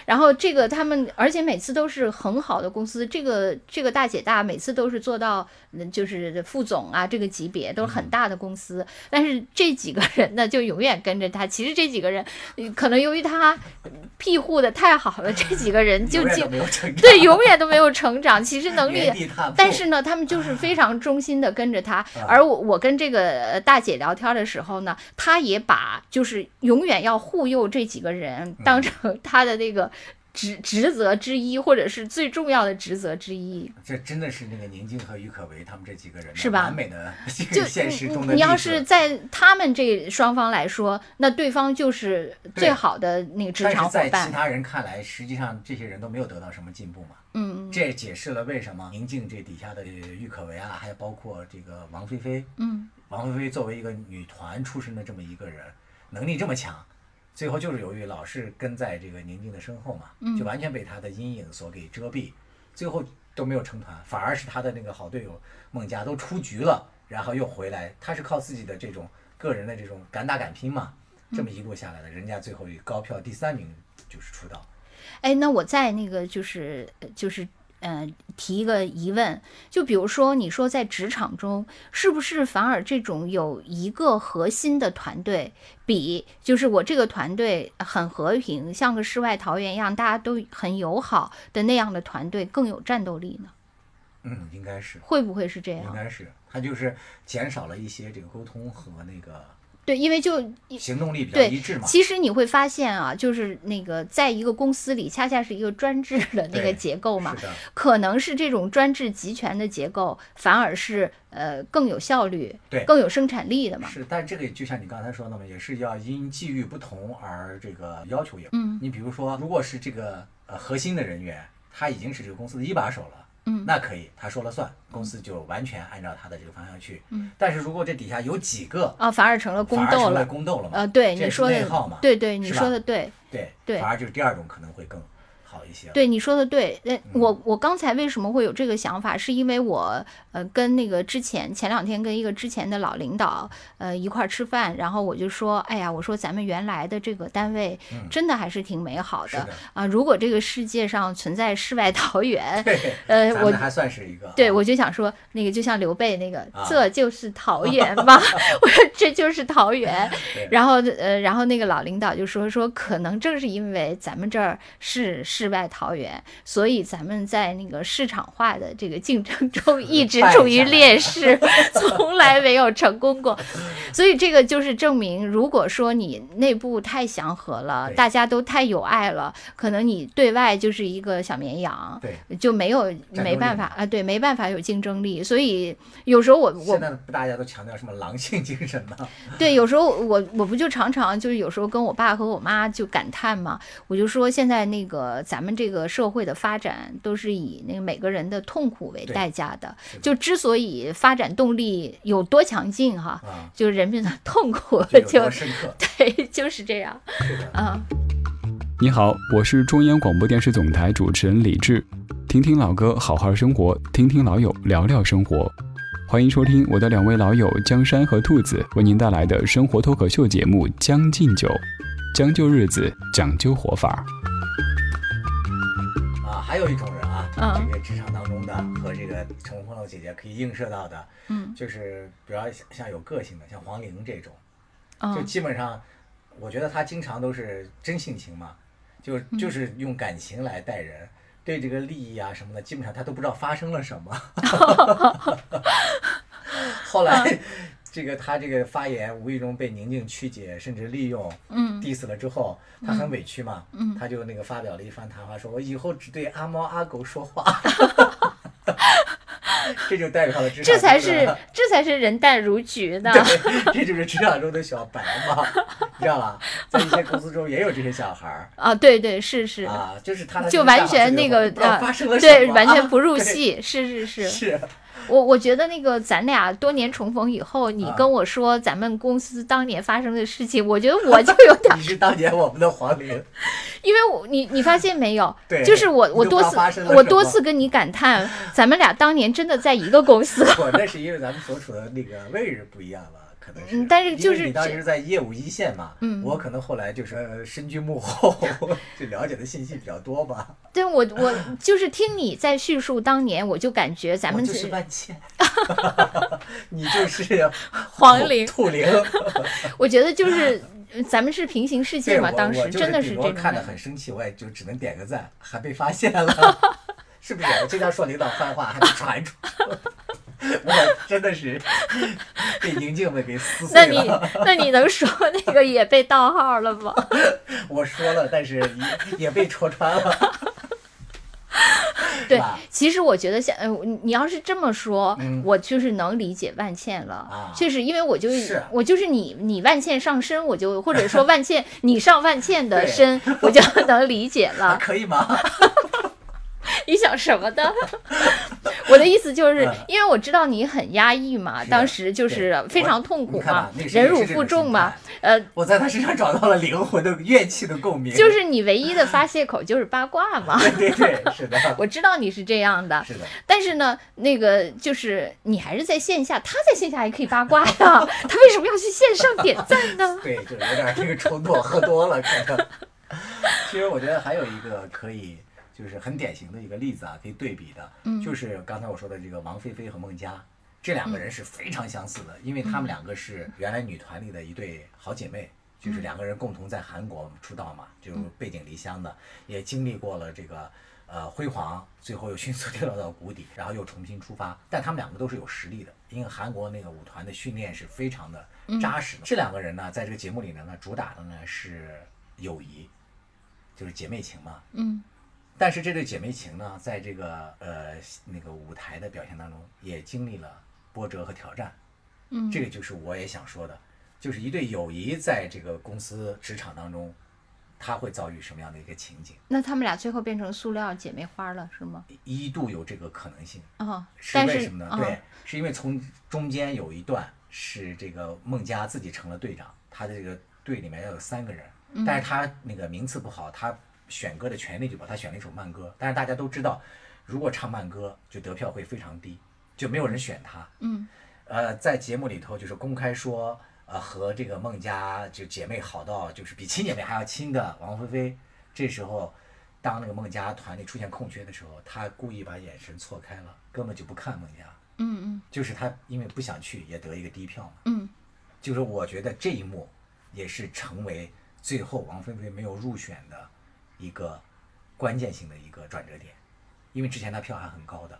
[SPEAKER 2] 然后这个他们，而且每次都是很好的公司，这个这个大姐大每次都是做到嗯就是副总啊这个级别，都
[SPEAKER 1] 嗯
[SPEAKER 2] 是很大的公司，但是这几个人呢就永远跟着他。其实这几个人呃可能由于他庇护的太好了，这几个人 [LAUGHS] 就
[SPEAKER 1] 永远
[SPEAKER 2] 进
[SPEAKER 1] 都没有成长，
[SPEAKER 2] [LAUGHS] 对永远都没有成长，其实能力
[SPEAKER 1] 原。地踏步。
[SPEAKER 2] [LAUGHS] 但是呢，他们就是非常忠心的跟着他
[SPEAKER 1] 啊。
[SPEAKER 2] 而我我跟这个呃大姐聊天的时候呢，她也把就是永远要护佑这几个人当成她的那个职 [LAUGHS] 职责之一，或者是最重要的职责之一。
[SPEAKER 1] 这真的是那个宁静和郁可唯他们这几个人的
[SPEAKER 2] 是吧
[SPEAKER 1] 完美的这
[SPEAKER 2] 就
[SPEAKER 1] 个现实中
[SPEAKER 2] 你
[SPEAKER 1] 的
[SPEAKER 2] 你你要
[SPEAKER 1] 例子
[SPEAKER 2] 是在他们这双方来说，那对方就是最好的那个职
[SPEAKER 1] 但
[SPEAKER 2] 场
[SPEAKER 1] 是
[SPEAKER 2] 伙
[SPEAKER 1] 在其
[SPEAKER 2] 伴。
[SPEAKER 1] 他人看来，实际上这些人都没有得到什么进步嘛。
[SPEAKER 2] 嗯
[SPEAKER 1] 这也解释了为什么宁静这底下的郁可唯啊，还有包括这个王菲菲，
[SPEAKER 2] 嗯，
[SPEAKER 1] 王菲菲作为一个女团出身的这么一个人，能力这么强，最后就是由于老是跟在这个宁静的身后嘛，
[SPEAKER 2] 嗯
[SPEAKER 1] 就完全被她的阴影所给遮蔽，最后都没有成团，反而是她的那个好队友孟佳都出局了，然后又回来，她是靠自己的这种个人的这种敢打敢拼嘛，
[SPEAKER 2] 嗯
[SPEAKER 1] 这么一路下来的，人家最后以高票第三名就是出道，
[SPEAKER 2] 哎，那我再那个就是呃就是呃提一个疑问，就比如说你说在职场中，是不是反而这种有一个核心的团队，比就是我这个团队很和平，像个世外桃源一样，大家都很友好的那样的团队更有战斗力呢？
[SPEAKER 1] 嗯，应该是。
[SPEAKER 2] 会不会是这样
[SPEAKER 1] 应？该是，他就是减少了一些这个沟通和那个
[SPEAKER 2] 对，因为就
[SPEAKER 1] 行动力比较
[SPEAKER 2] 对
[SPEAKER 1] 一致嘛。
[SPEAKER 2] 其实你会发现啊，就是那个在一个公司里，恰恰是一个专制的那个
[SPEAKER 1] 对
[SPEAKER 2] 结构嘛。
[SPEAKER 1] 是的，
[SPEAKER 2] 可能是这种专制集权的结构，反而是呃更有效率，
[SPEAKER 1] 对
[SPEAKER 2] 更有生产力的嘛。
[SPEAKER 1] 是，但这个就像你刚才说的嘛，也是要因际遇不同而这个要求也不。
[SPEAKER 2] 嗯
[SPEAKER 1] 你比如说，如果是这个呃核心的人员，他已经是这个公司的一把手了。
[SPEAKER 2] 嗯
[SPEAKER 1] 那可以，他说了算，公司就完全按照他的这个方向去。
[SPEAKER 2] 嗯，
[SPEAKER 1] 但是如果这底下有几个，
[SPEAKER 2] 啊，反而成了
[SPEAKER 1] 反
[SPEAKER 2] 宫
[SPEAKER 1] 而
[SPEAKER 2] 斗
[SPEAKER 1] 成了
[SPEAKER 2] 了。
[SPEAKER 1] 宫斗了嘛？
[SPEAKER 2] 呃，对
[SPEAKER 1] 这
[SPEAKER 2] 你
[SPEAKER 1] 是
[SPEAKER 2] 说
[SPEAKER 1] 内耗
[SPEAKER 2] 的
[SPEAKER 1] 嘛，
[SPEAKER 2] 对对，你
[SPEAKER 1] 是
[SPEAKER 2] 说
[SPEAKER 1] 吧
[SPEAKER 2] 的对，
[SPEAKER 1] 对
[SPEAKER 2] 对
[SPEAKER 1] 反而就是第二种可能会更好好一些了。
[SPEAKER 2] 对你说的对，
[SPEAKER 1] 嗯
[SPEAKER 2] 呃，我我刚才为什么会有这个想法，是因为我呃跟那个之前前两天跟一个之前的老领导呃一块儿吃饭，然后我就说，哎呀，我说咱们原来的这个单位真的还是挺美好
[SPEAKER 1] 嗯是
[SPEAKER 2] 的
[SPEAKER 1] 的，
[SPEAKER 2] 啊、如果这个世界上存在世外桃源，
[SPEAKER 1] 对，
[SPEAKER 2] 呃，
[SPEAKER 1] [LAUGHS] 咱
[SPEAKER 2] 我
[SPEAKER 1] 们还算是一个。
[SPEAKER 2] 对，我就想说，那个就像刘备那个，
[SPEAKER 1] 啊
[SPEAKER 2] 这就
[SPEAKER 1] [LAUGHS]
[SPEAKER 2] 是桃源吧？我说这就是桃源
[SPEAKER 1] 对。
[SPEAKER 2] 然后呃，然后那个老领导就说说，可能正是因为咱们这儿是世外桃源，所以咱们在那个市场化的这个竞
[SPEAKER 1] [LAUGHS]
[SPEAKER 2] 争中一直处于劣势， [LAUGHS] 从来没有成
[SPEAKER 1] [LAUGHS]
[SPEAKER 2] 功过。所以这个就是证明，如果说你内部太祥和了，
[SPEAKER 1] 对
[SPEAKER 2] 大家都太友爱了，可能你对外就是一个小绵羊。
[SPEAKER 1] 对，
[SPEAKER 2] 就没有
[SPEAKER 1] 战
[SPEAKER 2] 没
[SPEAKER 1] 斗
[SPEAKER 2] 办
[SPEAKER 1] 力
[SPEAKER 2] 法
[SPEAKER 1] 嘛
[SPEAKER 2] 啊，对，没办法有竞争力，所以有时候我
[SPEAKER 1] 现
[SPEAKER 2] 我
[SPEAKER 1] 在不大家都强调什么狼性精神吗？
[SPEAKER 2] 对有时候我我不就常常就是有时候跟我爸和我妈就感叹嘛，我就说现在那个咱们这个社会的发展都是以那个每个人的痛苦为
[SPEAKER 1] 对
[SPEAKER 2] 代价的
[SPEAKER 1] 是，的
[SPEAKER 2] 就之所以发展动力有多强劲哈，
[SPEAKER 1] [LAUGHS] 啊，
[SPEAKER 2] 就是人民的痛苦
[SPEAKER 1] 就有
[SPEAKER 2] 就
[SPEAKER 1] 多深刻。
[SPEAKER 2] 对 [LAUGHS] 就是这样，嗯。
[SPEAKER 4] 你好，我是中央广播电视总台主持人李志，听听老歌，好好生活，听听老友，聊聊生活。欢迎收听我的两位老友江山和兔子为您带来的生活脱口秀节目《将进酒》，将就日子，讲究活法。
[SPEAKER 1] 啊，还有一种人啊，
[SPEAKER 2] 嗯
[SPEAKER 1] 这个职场当中的和这个乘风破浪姐姐可以映射到的，
[SPEAKER 2] 嗯，
[SPEAKER 1] 就是比较像像有个性的，像黄龄这种，就
[SPEAKER 2] 嗯，
[SPEAKER 1] 基本上，我觉得她经常都是真性情嘛，就
[SPEAKER 2] 嗯
[SPEAKER 1] 就是用感情来待人，对这个利益啊什么的，基本上她都不知道发生了什
[SPEAKER 2] [LAUGHS]
[SPEAKER 1] 么。后
[SPEAKER 2] 嗯
[SPEAKER 1] 来， [LAUGHS] 这个她这个发言无意中被宁静曲解，甚至利用，
[SPEAKER 2] 嗯
[SPEAKER 1] ，diss 了之后，她很委屈嘛，嗯，她就那个发表了一番谈话，说我以后只对阿猫阿狗说话。
[SPEAKER 2] [LAUGHS]
[SPEAKER 1] [LAUGHS] 这就代表了职场
[SPEAKER 2] 这才
[SPEAKER 1] 中的
[SPEAKER 2] 是这才是人淡如菊呢。
[SPEAKER 1] 对， [LAUGHS] 这就是职场中的小白嘛，你知道吧？在一些公司中也有这些小孩儿
[SPEAKER 2] 啊，对对是是，
[SPEAKER 1] 啊，就是他的
[SPEAKER 2] 就
[SPEAKER 1] 这
[SPEAKER 2] 完
[SPEAKER 1] 大脑
[SPEAKER 2] 全
[SPEAKER 1] 这
[SPEAKER 2] 那个
[SPEAKER 1] 不知道
[SPEAKER 2] 呃
[SPEAKER 1] 发生了什
[SPEAKER 2] 对，
[SPEAKER 1] 么
[SPEAKER 2] 完
[SPEAKER 1] 啊
[SPEAKER 2] 全不入
[SPEAKER 1] 对
[SPEAKER 2] 戏，是是是。
[SPEAKER 1] 是，
[SPEAKER 2] 我我觉得那个咱俩多年重逢以后，你
[SPEAKER 1] 啊
[SPEAKER 2] 跟我说咱们公司当年发生的事情，我觉得我就有点
[SPEAKER 1] [LAUGHS]
[SPEAKER 2] 儿
[SPEAKER 1] 你，是当年我们的黄龄，
[SPEAKER 2] 因为我你你发现没有，
[SPEAKER 1] [LAUGHS] 对
[SPEAKER 2] 就是我
[SPEAKER 1] 你
[SPEAKER 2] 我
[SPEAKER 1] 都不知
[SPEAKER 2] 多
[SPEAKER 1] 道
[SPEAKER 2] 次
[SPEAKER 1] 发生了
[SPEAKER 2] 我
[SPEAKER 1] 什
[SPEAKER 2] 多
[SPEAKER 1] 么
[SPEAKER 2] 次跟你感叹，咱们俩当年真的在一个公司。 [LAUGHS]
[SPEAKER 1] 我那是因为咱们所处的那个位置不一样了。可能是
[SPEAKER 2] 嗯，但是
[SPEAKER 1] 因
[SPEAKER 2] 就
[SPEAKER 1] 为
[SPEAKER 2] 是
[SPEAKER 1] 你当
[SPEAKER 2] 这
[SPEAKER 1] 时在业务一线嘛，
[SPEAKER 2] 嗯
[SPEAKER 1] 我可能后来就是呃身居幕后，就了解的信息比较多吧。
[SPEAKER 2] 对我我就是听你在叙述当年，我就感觉咱
[SPEAKER 1] 我
[SPEAKER 2] 们
[SPEAKER 1] 就是是万茜， [LAUGHS] 你就是
[SPEAKER 2] 黄龄，
[SPEAKER 1] 兔灵，
[SPEAKER 2] 我觉得就是呃咱们是平行世界
[SPEAKER 1] 对
[SPEAKER 2] 嘛，
[SPEAKER 1] 我
[SPEAKER 2] 当
[SPEAKER 1] 我
[SPEAKER 2] 时
[SPEAKER 1] 就
[SPEAKER 2] 真的
[SPEAKER 1] 顶
[SPEAKER 2] 是这
[SPEAKER 1] 多
[SPEAKER 2] 种
[SPEAKER 1] 看
[SPEAKER 2] 感
[SPEAKER 1] 得
[SPEAKER 2] 觉。
[SPEAKER 1] 很生气，我也就只能点个赞，还被发现
[SPEAKER 2] [LAUGHS]
[SPEAKER 1] 了，是不是？我经常说领导坏话还被传出， [LAUGHS] 我真的是被宁静们给撕
[SPEAKER 2] 那
[SPEAKER 1] 碎
[SPEAKER 2] 你
[SPEAKER 1] 了。
[SPEAKER 2] 那你能说那个也被盗号了吗？
[SPEAKER 1] 我说了，但是也也被戳穿了。
[SPEAKER 2] 对
[SPEAKER 1] 是吧，
[SPEAKER 2] 其实我觉得像呃，你你要是这么说
[SPEAKER 1] 嗯，
[SPEAKER 2] 我就是能理解万茜了
[SPEAKER 1] 啊，
[SPEAKER 2] 确实，因为我就是我就是你你万茜上身，我就或者说万茜你上万茜的
[SPEAKER 1] 对
[SPEAKER 2] 身，我就能理解
[SPEAKER 1] [LAUGHS]
[SPEAKER 2] 了。
[SPEAKER 1] 可以吗？
[SPEAKER 2] 你想什么呢？ [LAUGHS] 我的意思就是
[SPEAKER 1] 嗯，
[SPEAKER 2] 因为我知道你很压抑嘛，
[SPEAKER 1] 是
[SPEAKER 2] 当时就
[SPEAKER 1] 对
[SPEAKER 2] 是非
[SPEAKER 1] 我
[SPEAKER 2] 常痛苦
[SPEAKER 1] 你看
[SPEAKER 2] 嘛
[SPEAKER 1] 吧，那是
[SPEAKER 2] 忍
[SPEAKER 1] 也是
[SPEAKER 2] 辱
[SPEAKER 1] 这
[SPEAKER 2] 负
[SPEAKER 1] 种
[SPEAKER 2] 重
[SPEAKER 1] 心
[SPEAKER 2] 嘛
[SPEAKER 1] 态，
[SPEAKER 2] 呃，
[SPEAKER 1] 我在他身上找到了灵魂的怨气的共鸣。
[SPEAKER 2] 就是你唯一的发泄口就是八卦嘛。
[SPEAKER 1] [LAUGHS]
[SPEAKER 2] [LAUGHS]
[SPEAKER 1] 对对对，是的，
[SPEAKER 2] 我知道你是这样的，
[SPEAKER 1] 是的，
[SPEAKER 2] 但是呢，那个就是你还是在线下，他在线下也可以八卦 [LAUGHS] 呀，他为什么要去线上点赞呢？
[SPEAKER 1] 对，就是有点这个冲动，喝多了可能。其实我觉得还有一个可以，就是很典型的一个例子啊，可以对比的，就是刚才我说的这个王菲菲和孟佳，这两个人是非常相似的，因为她们两个是原来女团里的一对好姐妹。就是两个人共同在韩国出道嘛，就背井离乡的，也经历过了这个呃辉煌，最后又迅速跌落到谷底， [LAUGHS] 然后又重新出发。但他们两个都是有实力的，因为韩国那个舞团的训练是非常的
[SPEAKER 2] 嗯
[SPEAKER 1] 扎实的。这两个人呢，在这个节目里面呢，主打的呢是友谊，就是姐妹情嘛。
[SPEAKER 2] 嗯。
[SPEAKER 1] 但是这对姐妹情呢，在这个呃那个舞台的表现当中，也经历了波折和挑战。
[SPEAKER 2] 嗯
[SPEAKER 1] 这个就是我也想说的，就是一对友谊在这个公司职场当中，他会遭遇什么样的一个情景？
[SPEAKER 2] [LAUGHS] 那他们俩最后变成塑料姐妹花了是吗？
[SPEAKER 1] 一度有这个可能性，
[SPEAKER 2] 啊、
[SPEAKER 1] 是
[SPEAKER 2] 但
[SPEAKER 1] 为
[SPEAKER 2] 是
[SPEAKER 1] 什么呢？
[SPEAKER 2] 啊、
[SPEAKER 1] 对，是因为从中间有一段是这个孟佳自己成了队长，他的这个队里面要有三个人，但是他那个名次不好，他选歌的权利，就把他选了一首慢歌。但是大家都知道，如果唱慢歌，就得票会非常低，就没有人选他。
[SPEAKER 2] 嗯
[SPEAKER 1] 呃，在节目里头就是公开说，呃，和这个孟佳就姐妹好到就是比亲姐妹还要亲的王菲菲，这时候当那个孟佳团里出现空缺的时候，她故意把眼神错开了，根本就不看孟佳，
[SPEAKER 2] 嗯
[SPEAKER 1] 就是她因为不想去也得一个低票嘛。
[SPEAKER 2] 嗯
[SPEAKER 1] 就是我觉得这一幕也是成为最后王菲菲没有入选的一个关键性的一个转折点，因为之前她票还很高的，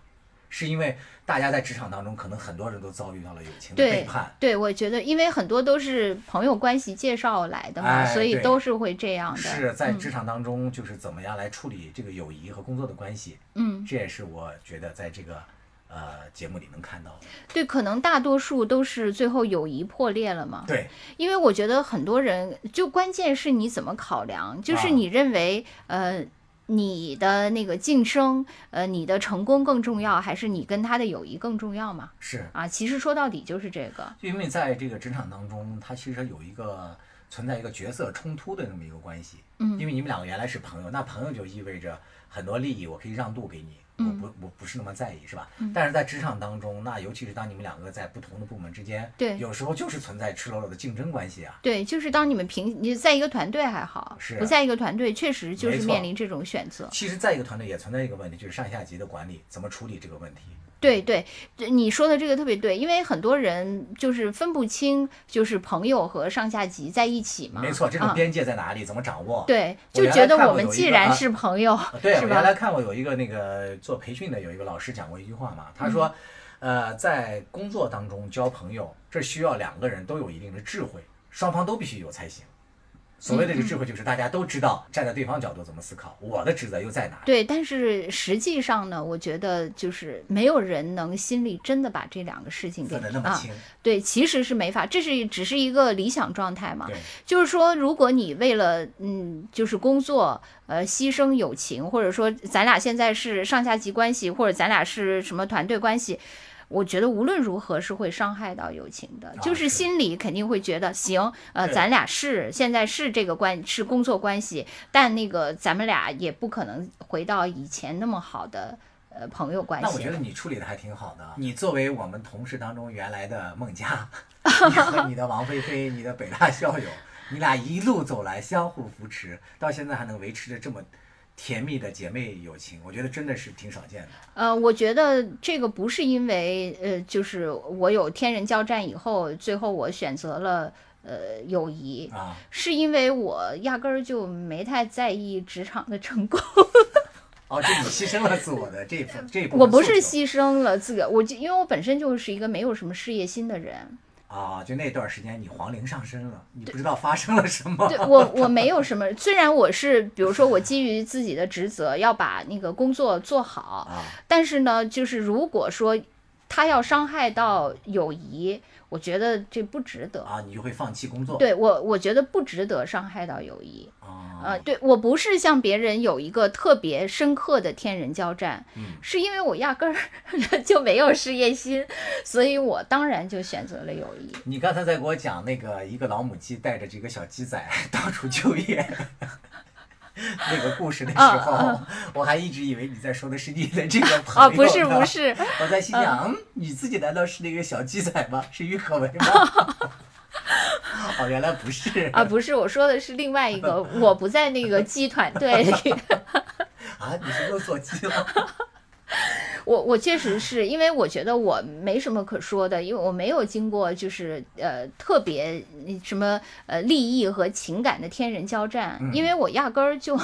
[SPEAKER 1] 是因为大家在职场当中可能很多人都遭遇到了友情的背
[SPEAKER 2] 对
[SPEAKER 1] 叛，
[SPEAKER 2] 对，我觉得因为很多都是朋友关系介绍来的嘛，
[SPEAKER 1] 哎
[SPEAKER 2] 所以
[SPEAKER 1] 对
[SPEAKER 2] 都是会这样的。嗯
[SPEAKER 1] 是在职场当中就是怎么样来处理这个友谊和工作的关系，
[SPEAKER 2] 嗯，
[SPEAKER 1] 这也是我觉得在这个呃节目里能看到的。
[SPEAKER 2] 对，可能大多数都是最后友谊破裂了嘛。
[SPEAKER 1] 对，
[SPEAKER 2] 因为我觉得很多人，就关键是你怎么考量，就是
[SPEAKER 1] 啊
[SPEAKER 2] 你认为，呃，你的那个晋升，呃，你的成功更重要，还是你跟他的友谊更重要嘛？
[SPEAKER 1] 是
[SPEAKER 2] 啊，其实说到底就是这个，
[SPEAKER 1] 因为在这个职场当中，它其实有一个存在一个角色冲突的这么一个关系。
[SPEAKER 2] 嗯
[SPEAKER 1] 因为你们两个原来是朋友，那朋友就意味着很多利益我可以让渡给你，我
[SPEAKER 2] 嗯
[SPEAKER 1] 不我不是那么在意，是吧？但是在职场当中，那尤其是当你们两个在不同的部门之间，
[SPEAKER 2] 对
[SPEAKER 1] 有时候就是存在赤裸裸的竞争关系啊。
[SPEAKER 2] 对，就是当你们平你在一个团队还好，
[SPEAKER 1] 是
[SPEAKER 2] 不在一个团队，确实就
[SPEAKER 1] 没
[SPEAKER 2] 是
[SPEAKER 1] 错
[SPEAKER 2] 面临这种选择。
[SPEAKER 1] 其实，在一个团队也存在一个问题，就是上下级的管理怎么处理这个问题。
[SPEAKER 2] 对对，对你说的这个特别对，因为很多人就是分不清，就是朋友和上下级在一起嘛。
[SPEAKER 1] 没错，这种
[SPEAKER 2] 啊
[SPEAKER 1] 边界在哪里，怎么掌握？
[SPEAKER 2] 对，
[SPEAKER 1] 我
[SPEAKER 2] 就
[SPEAKER 1] 原
[SPEAKER 2] 觉
[SPEAKER 1] 来
[SPEAKER 2] 得
[SPEAKER 1] 看
[SPEAKER 2] 我
[SPEAKER 1] 过
[SPEAKER 2] 们
[SPEAKER 1] 有一
[SPEAKER 2] 既
[SPEAKER 1] 个
[SPEAKER 2] 然
[SPEAKER 1] 啊
[SPEAKER 2] 是朋友，
[SPEAKER 1] [LAUGHS] 对，
[SPEAKER 2] 是
[SPEAKER 1] 我原
[SPEAKER 2] 吧？
[SPEAKER 1] 来看过有一个那个做培训的有一个老师讲过一句话
[SPEAKER 2] 嗯
[SPEAKER 1] 嘛，他说，呃，在工作当中交朋友，这需要两个人都有一定的智慧，双方都必须有才行。所谓的这个智慧，就是大家都知道站在对方角度怎么思考，我的职责又在哪里。
[SPEAKER 2] 对，但是实际上呢，我觉得就是没有人能心里真的把这两个事情给
[SPEAKER 1] 分得那么
[SPEAKER 2] 啊
[SPEAKER 1] 清，
[SPEAKER 2] 对，其实是没法，这是只是一个理想状态嘛
[SPEAKER 1] 对。
[SPEAKER 2] 就是说，如果你为了嗯，就是工作，呃，牺牲友情，或者说咱俩现在是上下级关系，或者咱俩是什么团队关系。我觉得无论如何是会伤害到友情的，就是
[SPEAKER 1] 啊是
[SPEAKER 2] 心里肯定会觉得行，呃，
[SPEAKER 1] 对
[SPEAKER 2] 咱俩是现在是这个关是工作关系，但那个咱们俩也不可能回到以前那么好的呃朋友关系
[SPEAKER 1] 那
[SPEAKER 2] 了。
[SPEAKER 1] 我觉得你处理的还挺好的。你作为我们同事当中原来的孟
[SPEAKER 2] [LAUGHS]
[SPEAKER 1] 佳，你和你的王菲菲、你的北大校友，你俩一路走来相互扶持，到现在还能维持着这么甜蜜的姐妹友情，我觉得真的是挺少见的。
[SPEAKER 2] 呃，我觉得这个不是因为呃，就是我有天人交战以后，最后我选择了呃友谊，
[SPEAKER 1] 啊，
[SPEAKER 2] 是因为我压根儿就没太在意职场的成功，
[SPEAKER 1] 哦，这你牺牲了自我的这一
[SPEAKER 2] [LAUGHS]
[SPEAKER 1] 部这一部分诉求，
[SPEAKER 2] 我不是牺牲了自个，我就因为我本身就是一个没有什么事业心的人，
[SPEAKER 1] 啊，就那段时间你皇龄上身了，你不知道发生了什么。
[SPEAKER 2] 对我我没有什么，虽然我是比如说我基于自己的职责要把那个工作做好，
[SPEAKER 1] 啊，
[SPEAKER 2] 但是呢，就是如果说他要伤害到友谊，我觉得这不值得。
[SPEAKER 1] 啊，你就会放弃工作。
[SPEAKER 2] 对我，我觉得不值得伤害到友谊。
[SPEAKER 1] 啊
[SPEAKER 2] 呃，，对我不是像别人有一个特别深刻的天人交战，
[SPEAKER 1] 嗯
[SPEAKER 2] 是因为我压根儿 [LAUGHS] 就没有事业心，所以我当然就选择了友谊。
[SPEAKER 1] 你刚才在给我讲那个一个老母鸡带着这个小鸡仔 [LAUGHS] 到处就业那个故事的时候，
[SPEAKER 2] 啊
[SPEAKER 1] 我还一直以为你在说的是你的这个朋友
[SPEAKER 2] 啊，
[SPEAKER 1] 呢。
[SPEAKER 2] 不是不，是，
[SPEAKER 1] 我在心想，嗯，你自己难道是那个小鸡仔吗？是郁可唯吗？ [LAUGHS] 哦，原来不是
[SPEAKER 2] 啊，不是，我说的是另外一
[SPEAKER 1] [LAUGHS]
[SPEAKER 2] 个，我不在那个鸡团队里。
[SPEAKER 1] 啊！你是又做鸡了？
[SPEAKER 2] 我我确实是因为我觉得我没什么可说的，因为我没有经过就是呃特别嗯什么呃利益和情感的天人交战，因为我压根儿就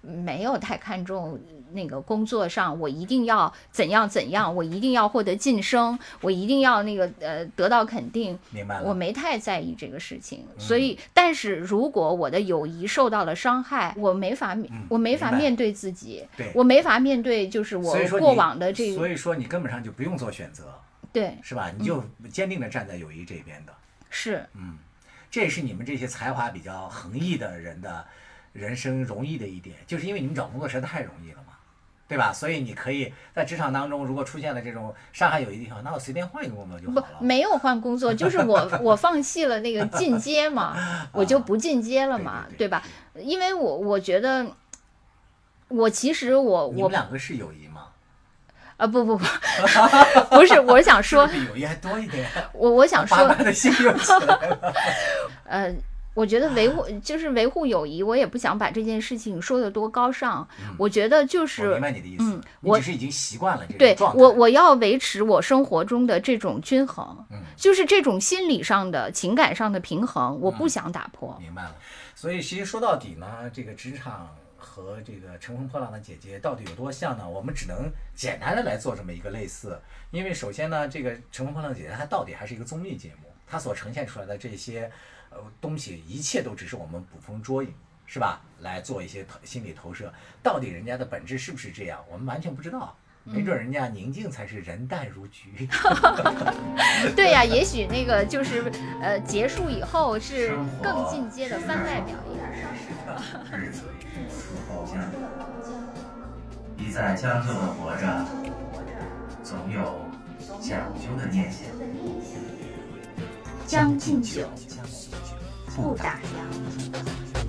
[SPEAKER 2] 没有太看重那个工作上我一定要怎样怎样，我一定要获得晋升，我一定要那个呃得到肯定，
[SPEAKER 1] 明白了。
[SPEAKER 2] 我没太在意这个事情，所以，
[SPEAKER 1] 嗯
[SPEAKER 2] 但是如果我的友谊受到了伤害，我没法面，
[SPEAKER 1] 嗯
[SPEAKER 2] 我没法
[SPEAKER 1] 明白
[SPEAKER 2] 面对自己，
[SPEAKER 1] 对
[SPEAKER 2] 我没法面对，就是我
[SPEAKER 1] 所以说你
[SPEAKER 2] 过往的这嗯
[SPEAKER 1] 所
[SPEAKER 2] 个，
[SPEAKER 1] 以说你根本上就不用做选择，
[SPEAKER 2] 对，
[SPEAKER 1] 是吧？你就坚定的站在友谊这边的，
[SPEAKER 2] 是，
[SPEAKER 1] 嗯，这也是你们这些才华比较横溢的人的人生容易的一点，就是因为你们找工作实在太容易了嘛，对吧？所以你可以在职场当中，如果出现了这种伤害友谊的地方，那我随便换一个工作就
[SPEAKER 2] 不
[SPEAKER 1] 嗯好了。
[SPEAKER 2] 没有换工作，就是
[SPEAKER 1] [LAUGHS]
[SPEAKER 2] 我我放弃了那个进阶嘛，我就不进阶了嘛，
[SPEAKER 1] 啊对对对
[SPEAKER 2] 对吧？因为我我觉得。我其实我
[SPEAKER 1] 你
[SPEAKER 2] 我
[SPEAKER 1] 们两个是友谊吗？
[SPEAKER 2] 啊不
[SPEAKER 1] [LAUGHS]
[SPEAKER 2] 不不不是，我是想说
[SPEAKER 1] 是，不是比友谊还多一点，
[SPEAKER 2] 我我想
[SPEAKER 1] 把
[SPEAKER 2] 说，
[SPEAKER 1] 爸的心又起来了。
[SPEAKER 2] 呃，我觉得维护就是维护友谊，我也不想把这件事情说得多高尚，我觉得就
[SPEAKER 1] 嗯我
[SPEAKER 2] 是
[SPEAKER 1] 明白你的意思，
[SPEAKER 2] 嗯
[SPEAKER 1] 你
[SPEAKER 2] 我
[SPEAKER 1] 只是已经习惯了这
[SPEAKER 2] 对
[SPEAKER 1] 种状态。
[SPEAKER 2] 我，我要维持我生活中的这种均衡，
[SPEAKER 1] 嗯
[SPEAKER 2] 就是这种心理上的、情感上的平衡，我
[SPEAKER 1] 嗯
[SPEAKER 2] 不想打
[SPEAKER 1] [LAUGHS]
[SPEAKER 2] 破。
[SPEAKER 1] 明白了。所以其实说到底呢，这个职场和这个《乘风破浪的姐姐》到底有多像呢？我们只能简单的来做这么一个类似，因为首先呢，这个《乘风破浪的姐姐》它到底还是一个综艺节目，它所呈现出来的这些呃东西，一切都只是我们捕风捉影。是吧？来做一些投心理投射，到底人家的本质是不是这样，我们完全不知道。没准人家宁静才是人淡如菊。
[SPEAKER 2] 对呀、也许那个就是呃，结束以后是
[SPEAKER 1] 生活
[SPEAKER 2] 更进阶的番外表演。
[SPEAKER 5] 日子不出后家，你在将就的活着，总有讲究的念想。
[SPEAKER 2] 将进酒，
[SPEAKER 5] 将
[SPEAKER 2] 不打烊。